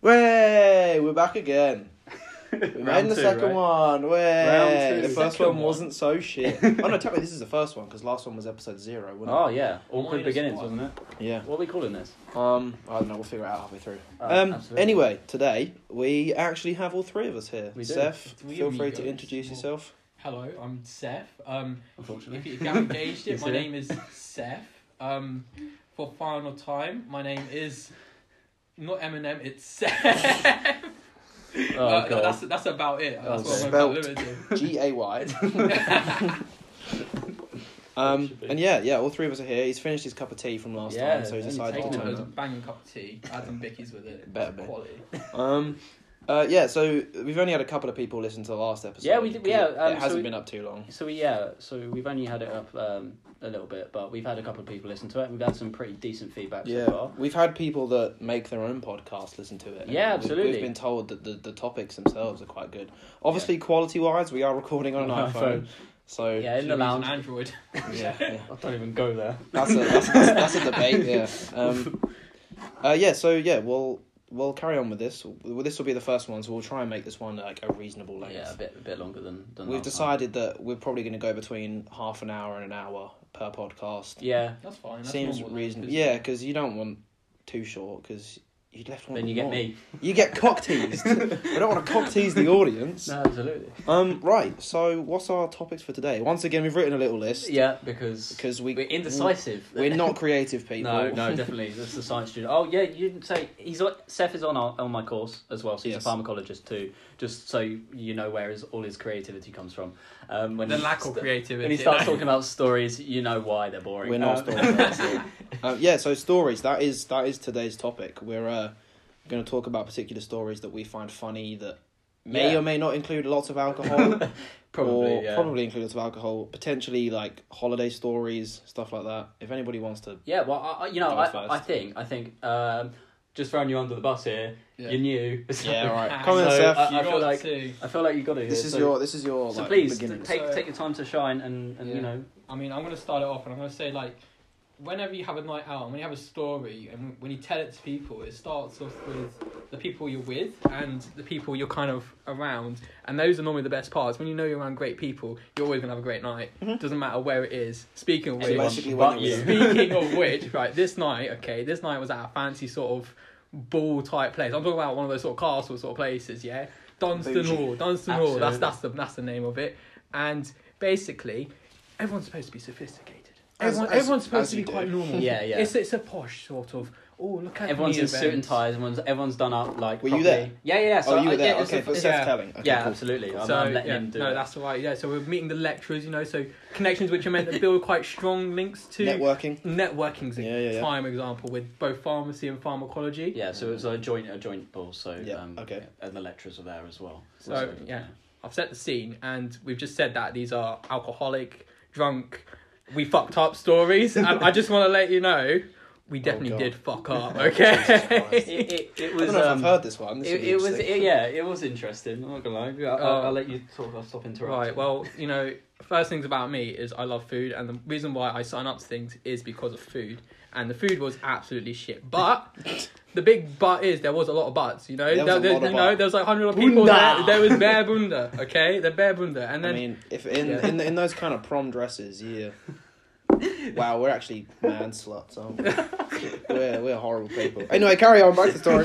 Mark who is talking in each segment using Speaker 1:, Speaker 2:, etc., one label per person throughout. Speaker 1: Way, we're back again. We made
Speaker 2: Round
Speaker 1: the
Speaker 2: two,
Speaker 1: second
Speaker 2: right?
Speaker 1: one. Way,
Speaker 2: Round two.
Speaker 1: the first
Speaker 3: Second
Speaker 1: one
Speaker 3: one.
Speaker 1: wasn't so shit. oh no, technically this is the first one because last one was episode zero, wasn't
Speaker 2: Oh yeah, awkward
Speaker 3: Minus
Speaker 2: beginnings,
Speaker 3: one.
Speaker 2: wasn't it?
Speaker 1: it? Yeah.
Speaker 2: What are we calling this?
Speaker 1: Um, I don't know. We'll figure it out halfway through.
Speaker 2: Oh,
Speaker 1: um,
Speaker 2: absolutely.
Speaker 1: anyway, today we actually have all three of us here.
Speaker 2: We do.
Speaker 1: Seth,
Speaker 3: Three
Speaker 1: feel free to
Speaker 3: amigos.
Speaker 1: introduce
Speaker 3: Well-
Speaker 1: yourself.
Speaker 3: Hello, I'm Seth. Um, if
Speaker 2: Unfortunately.
Speaker 3: you haven't gauged
Speaker 2: You
Speaker 3: it, my
Speaker 2: see?
Speaker 3: name is Seth. Um, for final time, my name is not Eminem. It's Seth.
Speaker 2: Oh
Speaker 3: Uh,
Speaker 2: god.
Speaker 3: that's that's about it.
Speaker 2: Oh,
Speaker 3: That's what I'm about
Speaker 1: spelt.
Speaker 3: limited.
Speaker 1: G A Y.
Speaker 2: It
Speaker 1: Um,
Speaker 2: should be.
Speaker 1: and yeah, yeah, all three of us are here. He's finished his cup of tea from last
Speaker 2: Yeah,
Speaker 1: time, so he's
Speaker 2: only
Speaker 1: decided
Speaker 2: taken
Speaker 1: to
Speaker 2: it
Speaker 1: turn
Speaker 2: with
Speaker 1: it
Speaker 3: a
Speaker 1: up.
Speaker 2: him.
Speaker 3: banging cup of tea. Add some bickies with it.
Speaker 1: Better be.
Speaker 3: quality.
Speaker 1: Um, uh, yeah, so we've only had a couple of people listen to the last episode.
Speaker 2: Yeah, we did-
Speaker 1: 'cause
Speaker 2: yeah,
Speaker 1: It,
Speaker 2: um,
Speaker 1: it hasn't
Speaker 2: so we-
Speaker 1: been up too long.
Speaker 2: So we, yeah, so we've only had it up um, a little bit, but we've had a couple of people listen to it. and We've had some pretty decent feedback so
Speaker 1: Yeah,
Speaker 2: far.
Speaker 1: we've had people that make their own podcast listen to it. and
Speaker 2: Yeah,
Speaker 1: we've-
Speaker 2: absolutely.
Speaker 1: We've been told that the, the topics themselves are quite good. Obviously, quality wise, we are recording on an iPhone, so yeah,
Speaker 2: Yeah, in the
Speaker 3: Should we use an
Speaker 2: lounge.
Speaker 3: Android.
Speaker 1: yeah,
Speaker 2: I don't even go there.
Speaker 1: That's, a, that's, that's, that's a debate. Yeah, um, uh, yeah. So yeah, we'll we'll carry on with this. Well, this will be the first one, so we'll try and make this one like a reasonable length.
Speaker 2: Yeah, a bit, a bit longer than. than
Speaker 1: We've
Speaker 2: last time.
Speaker 1: decided that we're probably going to go between half an hour and an hour per podcast.
Speaker 2: Yeah,
Speaker 3: That's fine. That's
Speaker 1: Seems
Speaker 3: normal.
Speaker 1: reasonable.
Speaker 3: Because-
Speaker 1: Yeah, because you don't want too short, because you left one.
Speaker 2: then you get
Speaker 1: more.
Speaker 2: me.
Speaker 1: You get cock teased. I don't want to cock tease the audience.
Speaker 2: No, absolutely.
Speaker 1: Um, right. So, what's our topics for today? Once again, we've written a little list
Speaker 2: Yeah, because
Speaker 1: because we
Speaker 2: we're indecisive.
Speaker 1: We're not creative people.
Speaker 2: No, no, definitely. That's the science student. Oh yeah, you didn't say he's on- Seth is on our, on my course as well. So he's
Speaker 1: Yes.
Speaker 2: a pharmacologist too. Just so you know where his all his creativity comes from. Um, when
Speaker 3: The
Speaker 2: he
Speaker 3: lack of
Speaker 2: st-
Speaker 3: creativity.
Speaker 2: when he starts talking about stories, you know why they're boring.
Speaker 1: We're not
Speaker 2: Um,
Speaker 1: stories. um, yeah. So stories. That is that is today's topic. We're uh, going to talk about particular stories that we find funny that may
Speaker 2: Yeah.
Speaker 1: or may not include lots of alcohol,
Speaker 2: probably
Speaker 1: or
Speaker 2: yeah.
Speaker 1: probably include lots of alcohol. Potentially like holiday stories, stuff like that. If anybody wants to,
Speaker 2: Yeah, well, I, I- you know,
Speaker 1: Go
Speaker 2: I,
Speaker 1: first.
Speaker 2: I think I think um, just throwing you under the bus here.
Speaker 3: Yeah.
Speaker 2: You're new. So
Speaker 1: yeah, all right.
Speaker 3: Ah,
Speaker 1: Come in,
Speaker 2: so,
Speaker 1: Seth.
Speaker 2: uh,
Speaker 3: You
Speaker 2: I feel
Speaker 3: got
Speaker 2: like-
Speaker 3: to-
Speaker 2: I feel like you got to.
Speaker 1: this
Speaker 2: here,
Speaker 1: is
Speaker 2: so,
Speaker 1: your this is your
Speaker 2: So
Speaker 1: like,
Speaker 2: please
Speaker 1: beginning.
Speaker 2: take
Speaker 3: So-
Speaker 2: take your time to shine and, and
Speaker 3: Yeah.
Speaker 2: you know
Speaker 3: I mean, I'm gonna start it off, and I'm gonna say like, whenever you have a night out, and when you have a story, and when you tell it to people, it starts off with the people you're with and the people you're kind of around, and those are normally the best parts. When you know you're around great people, you're always gonna have a great night. Doesn't matter where it is. Speaking of
Speaker 1: So
Speaker 2: Anyone
Speaker 3: which,
Speaker 1: basically
Speaker 2: but
Speaker 1: when you-
Speaker 2: you.
Speaker 3: speaking of which, right, this night, okay, this night was at a fancy sort of ball type place. I'm talking about one of those sort of castle sort of places, yeah. Dunstan
Speaker 1: Bougie.
Speaker 3: Hall, Dunstan Hall.
Speaker 2: Absolutely.
Speaker 3: That's that's the that's the name of it. And basically, everyone's supposed to be sophisticated.
Speaker 1: As-
Speaker 3: Everyone,
Speaker 1: as-
Speaker 3: everyone's
Speaker 1: as
Speaker 3: supposed to
Speaker 1: you
Speaker 3: be
Speaker 1: do.
Speaker 3: quite normal.
Speaker 2: Yeah, yeah.
Speaker 3: It's it's a posh sort of. Oh, look at
Speaker 2: everyone's
Speaker 3: me
Speaker 2: in suit and
Speaker 3: event."
Speaker 2: ties. Everyone's everyone's done up like.
Speaker 1: Were you
Speaker 2: properly.
Speaker 1: there?
Speaker 2: Yeah, yeah. yeah. So
Speaker 1: oh, you
Speaker 2: I-
Speaker 1: were there.
Speaker 2: Uh, Yeah, it's
Speaker 1: okay,
Speaker 2: a-
Speaker 1: for
Speaker 2: it's
Speaker 1: Seth
Speaker 3: yeah.
Speaker 1: telling. Okay,
Speaker 2: yeah,
Speaker 1: cool.
Speaker 2: absolutely. I'm,
Speaker 3: So
Speaker 2: I'm letting
Speaker 3: yeah,
Speaker 2: him do
Speaker 3: no,
Speaker 2: it.
Speaker 3: that's all right. Yeah, so we're meeting the lecturers, you know, so connections which are meant to build quite strong links to
Speaker 1: Networking.
Speaker 3: networking's a
Speaker 1: Yeah, yeah, yeah.
Speaker 3: prime example with both pharmacy and pharmacology.
Speaker 2: Yeah, so it was a joint a joint ball. So
Speaker 1: Yeah,
Speaker 2: um,
Speaker 1: okay.
Speaker 2: And the lecturers were there as well.
Speaker 3: So, yeah. I've set the scene, and we've just said that these are alcoholic, drunk, we fucked up stories, and I just want to let you know we definitely
Speaker 1: Oh, God.
Speaker 3: did fuck up.
Speaker 1: Christ.
Speaker 3: Okay.
Speaker 2: It, it, it
Speaker 1: I
Speaker 2: was.
Speaker 1: don't know if I've
Speaker 2: um,
Speaker 1: heard this one. This
Speaker 2: It,
Speaker 1: would be
Speaker 2: it was
Speaker 1: interesting.
Speaker 2: it, yeah, it was interesting. I'm not gonna lie. I'll, I'll, I'll let you talk. I'll stop interrupting.
Speaker 3: right. Well, you know, first things about me is I love food, and the reason why I sign up to things is because of food, and the food was absolutely shit. But the big but is there was a lot of buts. You know,
Speaker 1: There was a lot of
Speaker 3: you know,
Speaker 1: but.
Speaker 3: there was like hundred of people
Speaker 2: Bunda.
Speaker 3: there. There was bare bunda. Okay, the bare bunda, and
Speaker 1: I
Speaker 3: then
Speaker 1: mean, if in
Speaker 3: Yeah.
Speaker 1: in in those kind of prom dresses, yeah. Wow, we're actually man sluts, aren't we? We're we're horrible people. Anyway, carry on. Back to the story.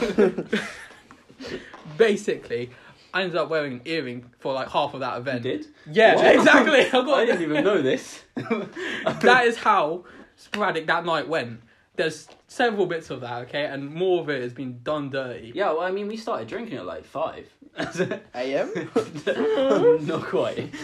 Speaker 3: basically. I ended up wearing an earring for like half of that
Speaker 2: you
Speaker 3: event.
Speaker 2: did.
Speaker 3: Yeah,
Speaker 2: What?
Speaker 3: exactly. I got
Speaker 2: I didn't even know this.
Speaker 3: that is how sporadic that night went. There's several bits of that, okay, and more of it has been done dirty.
Speaker 2: Yeah, well, I mean, we started drinking at like five.
Speaker 1: A.M.
Speaker 2: Not quite.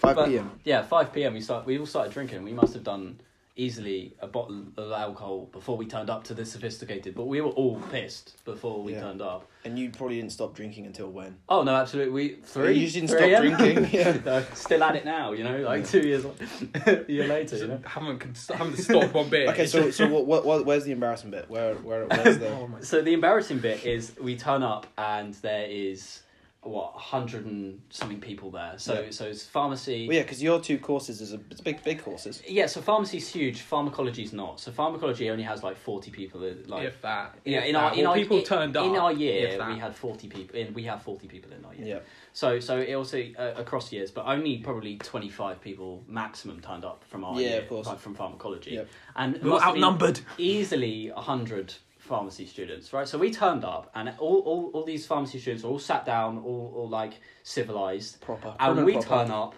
Speaker 1: Five
Speaker 2: But-
Speaker 1: p.m.
Speaker 2: Yeah, five p.m. We start. We all started drinking. We must have done easily a bottle of alcohol before we turned up to this sophisticated. But we were all pissed before we
Speaker 1: Yeah.
Speaker 2: turned up.
Speaker 1: And you probably didn't stop drinking until when?
Speaker 2: Oh no, absolutely. We three.
Speaker 1: you didn't
Speaker 2: 3
Speaker 1: stop
Speaker 2: a.m.?
Speaker 1: drinking, yeah.
Speaker 2: No, still at it now. You know, like two years, a year later. You know?
Speaker 3: Haven't cons- haven't stopped one bit.
Speaker 1: Okay,
Speaker 3: It's
Speaker 1: so
Speaker 3: just-
Speaker 1: so what, what what where's the embarrassing bit? Where where where's the
Speaker 3: oh my
Speaker 2: So the embarrassing bit is we turn up and there is what a hundred and something people there. So
Speaker 1: Yeah.
Speaker 2: so it's pharmacy.
Speaker 1: Well, yeah, because your two courses is a it's big, big courses.
Speaker 2: Yeah, so pharmacy's huge. Pharmacology's not. So pharmacology only has like forty people. in, Like
Speaker 3: if that.
Speaker 2: yeah,
Speaker 3: if
Speaker 2: in
Speaker 3: that.
Speaker 2: our in
Speaker 3: Uh, Well,
Speaker 2: our
Speaker 3: people
Speaker 2: in,
Speaker 3: turned up
Speaker 2: in our
Speaker 3: if
Speaker 2: year
Speaker 3: that.
Speaker 2: we had forty people. In we have forty people in our year.
Speaker 1: Yeah,
Speaker 2: So so it also uh, across years, but only probably twenty five people maximum turned up from our
Speaker 1: Yeah,
Speaker 2: year,
Speaker 1: of course.
Speaker 2: like, from pharmacology,
Speaker 1: Yep.
Speaker 2: and
Speaker 3: We were
Speaker 2: must have been
Speaker 3: outnumbered.
Speaker 2: easily hundred pharmacy students, right? So we turned up, and all, all, all these pharmacy students are all sat down, all, all like civilized,
Speaker 1: proper.
Speaker 2: and
Speaker 1: Proper,
Speaker 2: we
Speaker 1: proper.
Speaker 2: turn up,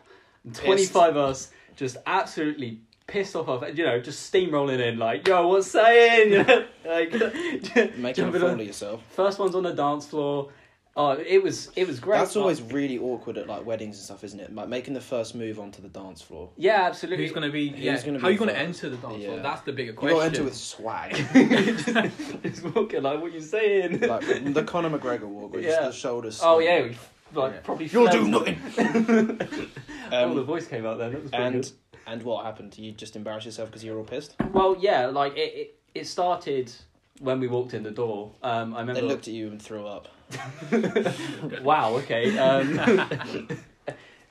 Speaker 2: twenty five us just absolutely pissed off, off, you know, just steamrolling in like, yo, what's saying, you know, like
Speaker 1: making a
Speaker 2: jumping
Speaker 1: fool
Speaker 2: on-
Speaker 1: of yourself.
Speaker 2: First one's on the dance floor. Oh, it was it was great.
Speaker 1: That's
Speaker 2: Like,
Speaker 1: always really awkward at like weddings and stuff, isn't it? Like making the first move onto the dance floor.
Speaker 2: Yeah, absolutely.
Speaker 3: Who's gonna be?
Speaker 1: Who's
Speaker 3: Yeah,
Speaker 1: gonna be
Speaker 3: how are you gonna
Speaker 1: first?
Speaker 3: enter the dance floor?
Speaker 1: Yeah.
Speaker 3: That's the bigger
Speaker 1: You
Speaker 3: question.
Speaker 1: got into with swag,
Speaker 2: It's walking like what you saying?
Speaker 1: like the Conor McGregor walk, with just
Speaker 2: Yeah.
Speaker 1: the shoulders.
Speaker 2: oh yeah, we like
Speaker 3: Yeah.
Speaker 2: probably.
Speaker 1: you'll do
Speaker 2: fled.
Speaker 1: nothing.
Speaker 2: oh, the
Speaker 1: Um,
Speaker 2: voice came out then. That was pretty
Speaker 1: and and what happened? You just embarrassed yourself because you were all pissed.
Speaker 2: good. well, yeah, like it, it. It started when we walked in the door. Um, I
Speaker 1: They
Speaker 2: remember.
Speaker 1: looked at you and threw up.
Speaker 2: wow. Okay. Um,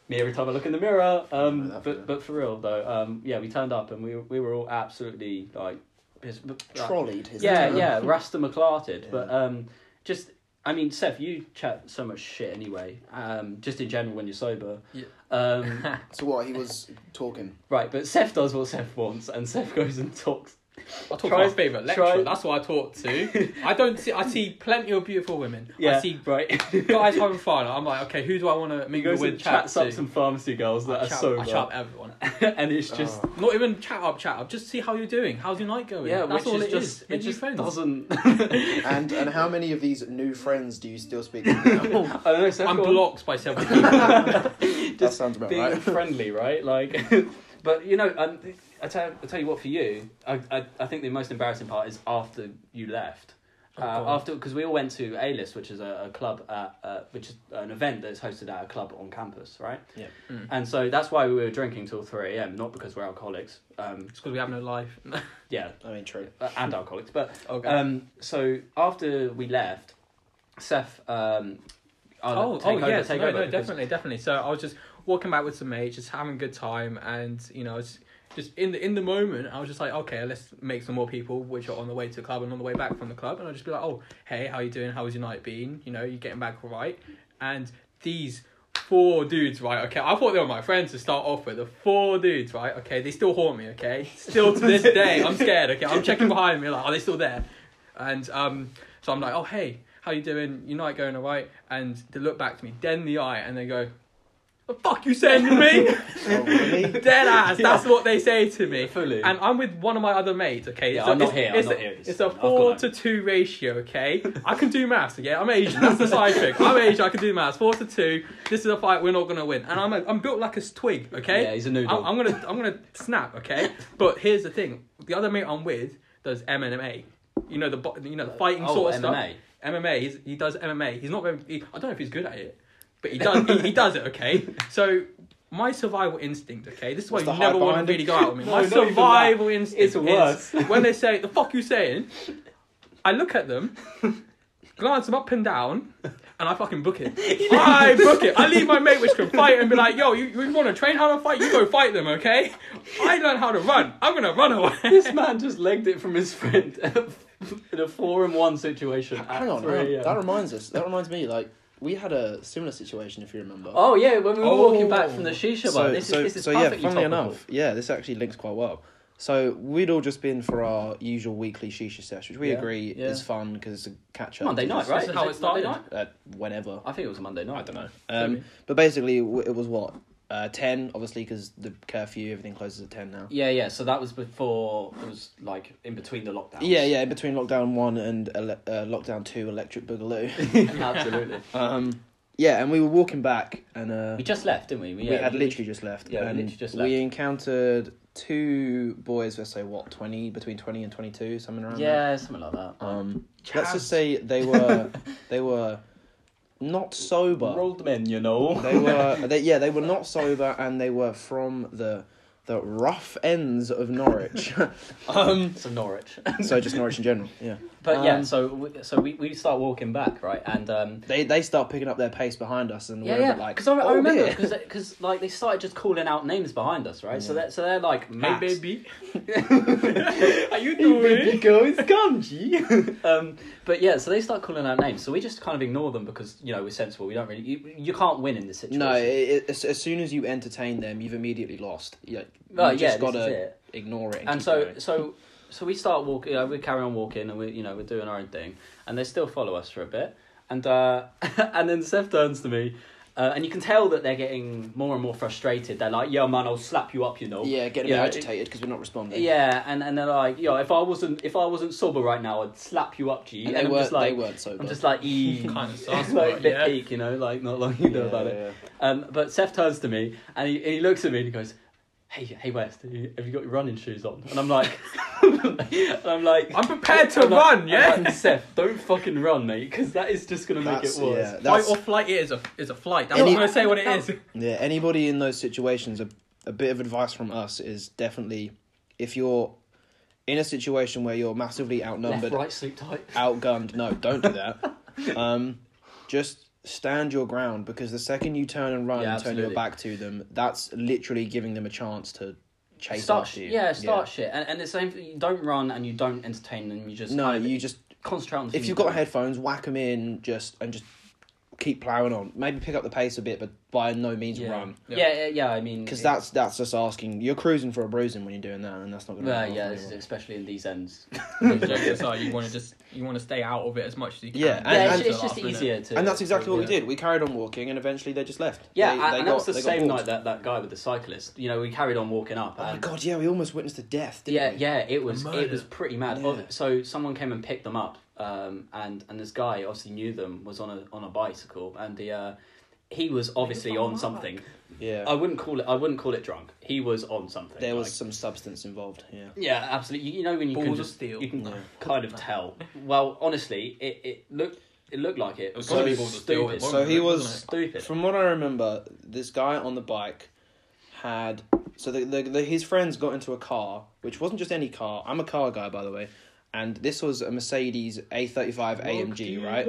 Speaker 2: me every time I look in the mirror. Um,
Speaker 1: Right after.
Speaker 2: but but for real though, um, yeah, we turned up and we we were all absolutely like. pissed- but- like,
Speaker 1: Trolleyed. is
Speaker 2: yeah,
Speaker 1: the term.
Speaker 2: yeah, Rasta McClarted.
Speaker 1: Yeah.
Speaker 2: But um, just, I mean, Seth, you chat so much shit anyway. Um, just in general when you're sober.
Speaker 3: Yeah.
Speaker 2: Um,
Speaker 1: So what? He was talking.
Speaker 2: right, but Seth does what Seth wants, and Seth goes and talks.
Speaker 3: I talk
Speaker 2: Try-
Speaker 3: to my favourite lecturer.
Speaker 2: try-
Speaker 3: That's what I talk to. I don't see. I see plenty of beautiful women.
Speaker 2: Yeah,
Speaker 3: I see
Speaker 2: right.
Speaker 3: guys having fun. I'm like, okay, who do I want to
Speaker 2: he
Speaker 3: mingle
Speaker 2: goes
Speaker 3: with?
Speaker 2: and
Speaker 3: Chat
Speaker 2: chats up
Speaker 3: to.
Speaker 2: some pharmacy girls that
Speaker 3: I
Speaker 2: are
Speaker 3: chat,
Speaker 2: sober,
Speaker 3: I chat up everyone.
Speaker 2: and it's just.
Speaker 1: Oh.
Speaker 3: Not even chat up, chat up. Just see how you're doing. How's your night going?
Speaker 2: Yeah,
Speaker 3: that's
Speaker 2: which
Speaker 3: all
Speaker 2: is
Speaker 3: it
Speaker 2: just
Speaker 3: is.
Speaker 2: it
Speaker 3: Make new
Speaker 2: just
Speaker 3: friends.
Speaker 2: doesn't.
Speaker 1: And and how many of these new friends do you still speak to now?
Speaker 2: I don't know. Seth
Speaker 3: I'm
Speaker 2: got-
Speaker 3: blocked by several people.
Speaker 1: that sounds about
Speaker 2: being
Speaker 1: right.
Speaker 2: friendly, right? Like, but you know, um, I tell I tell you what. For you, I, I I think the most embarrassing part is after you left.
Speaker 3: Oh,
Speaker 2: Uh,
Speaker 3: God.
Speaker 2: after because we all went to A List, which is a, a club, at, uh, which is an event that's hosted at a club on campus, right?
Speaker 1: Yeah.
Speaker 3: Mm.
Speaker 2: And so that's why we were drinking till three a.m. Not because we're alcoholics, um,
Speaker 3: It's because we have no life.
Speaker 2: yeah,
Speaker 1: I mean, true.
Speaker 2: uh, and alcoholics. But
Speaker 3: okay.
Speaker 2: um, so after we left, Seth, um, I'll
Speaker 3: oh,
Speaker 2: take
Speaker 3: oh
Speaker 2: over,
Speaker 3: yeah,
Speaker 2: take
Speaker 3: no,
Speaker 2: over
Speaker 3: no,
Speaker 2: because-
Speaker 3: definitely, definitely. So I was just walking back with some mates, just having a good time, and you know, it's just in the in the moment, I was just like, okay, let's make some more people, which are on the way to the club and on the way back from the club, and I'll just be like, oh, hey, how you doing? How was your night been? You know, you getting back all right? And these four dudes, right? Okay, I thought they were my friends to start off with. The four dudes, right? Okay, they still haunt me. Okay, still to this day, I'm scared. Okay, I'm checking behind me, like, are they still there? And um, so I'm like, oh hey, how you doing? Your night going alright? And they look back to me, dead in the eye, and they go, the fuck you saying to me?
Speaker 1: Oh, really?
Speaker 3: dead ass. That's what they say to me.
Speaker 2: Fully.
Speaker 3: And I'm with one of my other mates. Okay,
Speaker 2: Yeah,
Speaker 3: a-
Speaker 2: I'm not here, I'm
Speaker 3: It's,
Speaker 2: not
Speaker 3: a,
Speaker 2: here at this
Speaker 3: it's a
Speaker 2: time. I've
Speaker 3: four
Speaker 2: got
Speaker 3: to two ratio. Okay, I can do maths. Yeah, I'm Asian. That's the side trick. I'm Asian. I can do maths. Four to two. This is a fight we're not gonna win. And I'm a, I'm built like a twig. Okay.
Speaker 2: Yeah, he's a noodle.
Speaker 3: I'm, I'm gonna I'm gonna snap, okay? But here's the thing: the other mate I'm with does MMA. You know the bo- you know the fighting
Speaker 2: Oh,
Speaker 3: sort
Speaker 2: MMA.
Speaker 3: of stuff. MMA. He's, he does MMA. He's not very. He, I don't know if he's good at it, but he does. he, he does it. Okay. So my survival instinct. Okay, this is why
Speaker 1: What's
Speaker 3: you
Speaker 1: the
Speaker 3: never
Speaker 1: hype
Speaker 3: want
Speaker 1: behind
Speaker 3: to
Speaker 1: it?
Speaker 3: really go out with me.
Speaker 2: No,
Speaker 3: my
Speaker 2: not even
Speaker 3: survival instinct
Speaker 2: It's
Speaker 3: is
Speaker 2: worse.
Speaker 3: when they say the fuck you saying. I look at them, glance them up and down, and I fucking book it. I book it. I leave my mate which can fight and be like, yo, you, you want to train how to fight? You go fight them, okay? I learn how to run. I'm gonna run away.
Speaker 2: this man just legged it from his friend in a four and one situation. at
Speaker 1: Hang on,
Speaker 2: 3
Speaker 1: hang on.
Speaker 2: a.m.
Speaker 1: that reminds us. That reminds me. Like we had a similar situation, if you remember.
Speaker 2: oh yeah, when we were walking
Speaker 3: Oh.
Speaker 2: back from the shisha bar, this is this is perfectly topical.
Speaker 1: yeah, this actually links quite well. So we'd all just been for our usual weekly shisha sesh, which we
Speaker 2: Yeah,
Speaker 1: agree
Speaker 2: yeah.
Speaker 1: is fun because it's a catch up.
Speaker 2: Monday night, right?
Speaker 3: is how
Speaker 2: Is
Speaker 3: it
Speaker 2: Monday
Speaker 3: started.
Speaker 2: night?
Speaker 1: Uh, whenever
Speaker 2: I think it was a Monday night.
Speaker 1: I don't know.
Speaker 3: Maybe.
Speaker 1: Um, but basically, w- it was what uh, ten, obviously, because the curfew, everything closes at ten now.
Speaker 2: Yeah, yeah. So that was before it was like in between the lockdowns.
Speaker 1: Yeah, yeah, in between lockdown one and ele- uh, lockdown two, Electric Boogaloo.
Speaker 2: absolutely.
Speaker 1: um, yeah, and we were walking back, and uh,
Speaker 2: We just left, didn't we?
Speaker 1: we had literally just left.
Speaker 2: Yeah, we
Speaker 1: and
Speaker 2: literally just
Speaker 1: We
Speaker 2: left.
Speaker 1: encountered two boys. Let's say what twenty, between twenty and twenty-two, something around. there.
Speaker 2: Yeah, something like that.
Speaker 1: Um, let's just say they were they were not sober.
Speaker 2: Rolled men, you know.
Speaker 1: They were they, yeah they were not sober, and they were from the the rough ends of Norwich. um,
Speaker 2: So Norwich.
Speaker 1: so just Norwich in general. Yeah.
Speaker 2: But yeah,
Speaker 1: Um,
Speaker 2: so we, so we, we start walking back, right? And um,
Speaker 1: They they start picking up their pace behind us, and
Speaker 2: yeah,
Speaker 1: we're a
Speaker 2: yeah,
Speaker 1: bit like.
Speaker 2: because I, I
Speaker 1: "Oh,
Speaker 2: remember
Speaker 1: dear."
Speaker 2: because because like they started just calling out names behind us, right? So that so they're like Matt.
Speaker 3: baby. Are
Speaker 2: Hey,
Speaker 3: you
Speaker 2: baby
Speaker 3: doing?
Speaker 2: girl, it's Gamji. um, but yeah, so they start calling out names. So we just kind of ignore them because you know we're sensible. We don't really you, you can't win in this situation.
Speaker 1: No, it, it, as, as soon as you entertain them, you've immediately lost. You, you
Speaker 2: Oh, yeah,
Speaker 1: just
Speaker 2: this is
Speaker 1: gotta
Speaker 2: it.
Speaker 1: ignore it. And,
Speaker 2: and
Speaker 1: keep
Speaker 2: so
Speaker 1: going.
Speaker 2: so so we start walking you know, we carry on walking and we you know we're doing our own thing and they still follow us for a bit and uh and then Seth turns to me uh, and you can tell that they're getting more and more frustrated they're like yo man I'll slap you up you know
Speaker 1: yeah, get a
Speaker 2: Yeah,
Speaker 1: bit
Speaker 2: it-
Speaker 1: agitated because we're not responding.
Speaker 2: yeah and and they're like yo if I wasn't if I wasn't sober right now I'd slap you up G
Speaker 1: and, they
Speaker 2: I'm
Speaker 1: weren't.
Speaker 2: just like
Speaker 1: they weren't sober.
Speaker 2: I'm just like e
Speaker 3: Kind of sus,
Speaker 2: like
Speaker 3: but
Speaker 2: a bit
Speaker 3: yeah.
Speaker 2: peak you know like not long you know
Speaker 1: Yeah,
Speaker 2: about it
Speaker 1: yeah.
Speaker 2: um, but Seth turns to me and he, and he looks at me and he goes, "Hey, hey, West, have you, have you got your running shoes on?" And I'm like, and I'm like,
Speaker 3: I'm prepared to
Speaker 2: I'm like-
Speaker 3: run,
Speaker 2: I'm
Speaker 3: yeah.
Speaker 2: like, Seth, don't fucking run, mate, because that is just gonna make
Speaker 1: That's-
Speaker 2: it worse.
Speaker 1: yeah,
Speaker 3: Fight
Speaker 1: that's-
Speaker 3: or flight is a is a flight. That's
Speaker 1: Any-
Speaker 3: what I'm gonna say. What it is.
Speaker 1: Yeah, anybody in those situations, a, a bit of advice from us is definitely if you're in a situation where you're massively outnumbered,
Speaker 2: Left, right, sleep tight.
Speaker 1: outgunned, no, don't do that. um, just stand your ground because the second you turn and run
Speaker 2: Yeah,
Speaker 1: and turn your
Speaker 2: absolutely.
Speaker 1: back to them, that's literally giving them a chance to chase
Speaker 2: Start,
Speaker 1: after
Speaker 2: sh-
Speaker 1: you.
Speaker 2: yeah, start shit, and, and the same. thing, You don't run and you don't entertain them. You just
Speaker 1: No,
Speaker 2: kind of
Speaker 1: you just
Speaker 2: concentrate on. The
Speaker 1: if
Speaker 2: thing
Speaker 1: you've got
Speaker 2: you're doing.
Speaker 1: headphones, whack them in, just and just keep plowing on. Maybe pick up the pace a bit, but by no means
Speaker 2: yeah.
Speaker 1: run.
Speaker 2: Yeah. yeah, yeah, I mean,
Speaker 1: Because
Speaker 2: it-
Speaker 1: that's that's just asking. You're cruising for a bruising when you're doing that, and that's not going to.
Speaker 2: Well, yeah, this is especially in these ends.
Speaker 3: Objectives are you want to just you want to stay out of it as much as you can.
Speaker 1: Yeah,
Speaker 2: yeah,
Speaker 1: and-
Speaker 2: it's,
Speaker 1: and-
Speaker 2: it's just easier to.
Speaker 1: and that's exactly what we
Speaker 3: Yeah.
Speaker 1: did. We carried on walking, and eventually they just left.
Speaker 2: Yeah,
Speaker 1: they,
Speaker 2: and,
Speaker 1: they
Speaker 2: and
Speaker 1: got-
Speaker 2: that was
Speaker 1: they
Speaker 2: the
Speaker 1: got
Speaker 2: same
Speaker 1: bored.
Speaker 2: night that that guy with the cyclist. You know, we carried on walking up.
Speaker 1: Oh my
Speaker 2: and-
Speaker 1: god! Yeah, we almost witnessed a death. Didn't
Speaker 2: yeah,
Speaker 1: we?
Speaker 2: yeah, it was
Speaker 3: murder.
Speaker 2: it was pretty mad.
Speaker 1: Yeah.
Speaker 2: So someone came and picked them up, um, and and this guy obviously knew them was on a on a bicycle, and the uh, he was obviously on something.
Speaker 1: yeah.
Speaker 2: I wouldn't call it. I wouldn't call it drunk. He was on something.
Speaker 1: there was some substance involved. Yeah.
Speaker 2: Like- yeah, absolutely. You, you know when you can
Speaker 3: Balls of
Speaker 2: just
Speaker 3: steel.
Speaker 2: you can
Speaker 1: Yeah.
Speaker 2: kind of tell. Well, honestly, it, it looked it looked like it.
Speaker 3: It was
Speaker 1: So-
Speaker 3: gonna be
Speaker 2: Probably
Speaker 3: balls of steel.
Speaker 2: stupid.
Speaker 3: It
Speaker 1: So he was-
Speaker 3: wasn't
Speaker 2: Stupid.
Speaker 1: From what I remember, this guy on the bike had so the, the, the his friends got into a car, which wasn't just any car. I'm a car guy, by the way, and this was a Mercedes A35 AMG, right?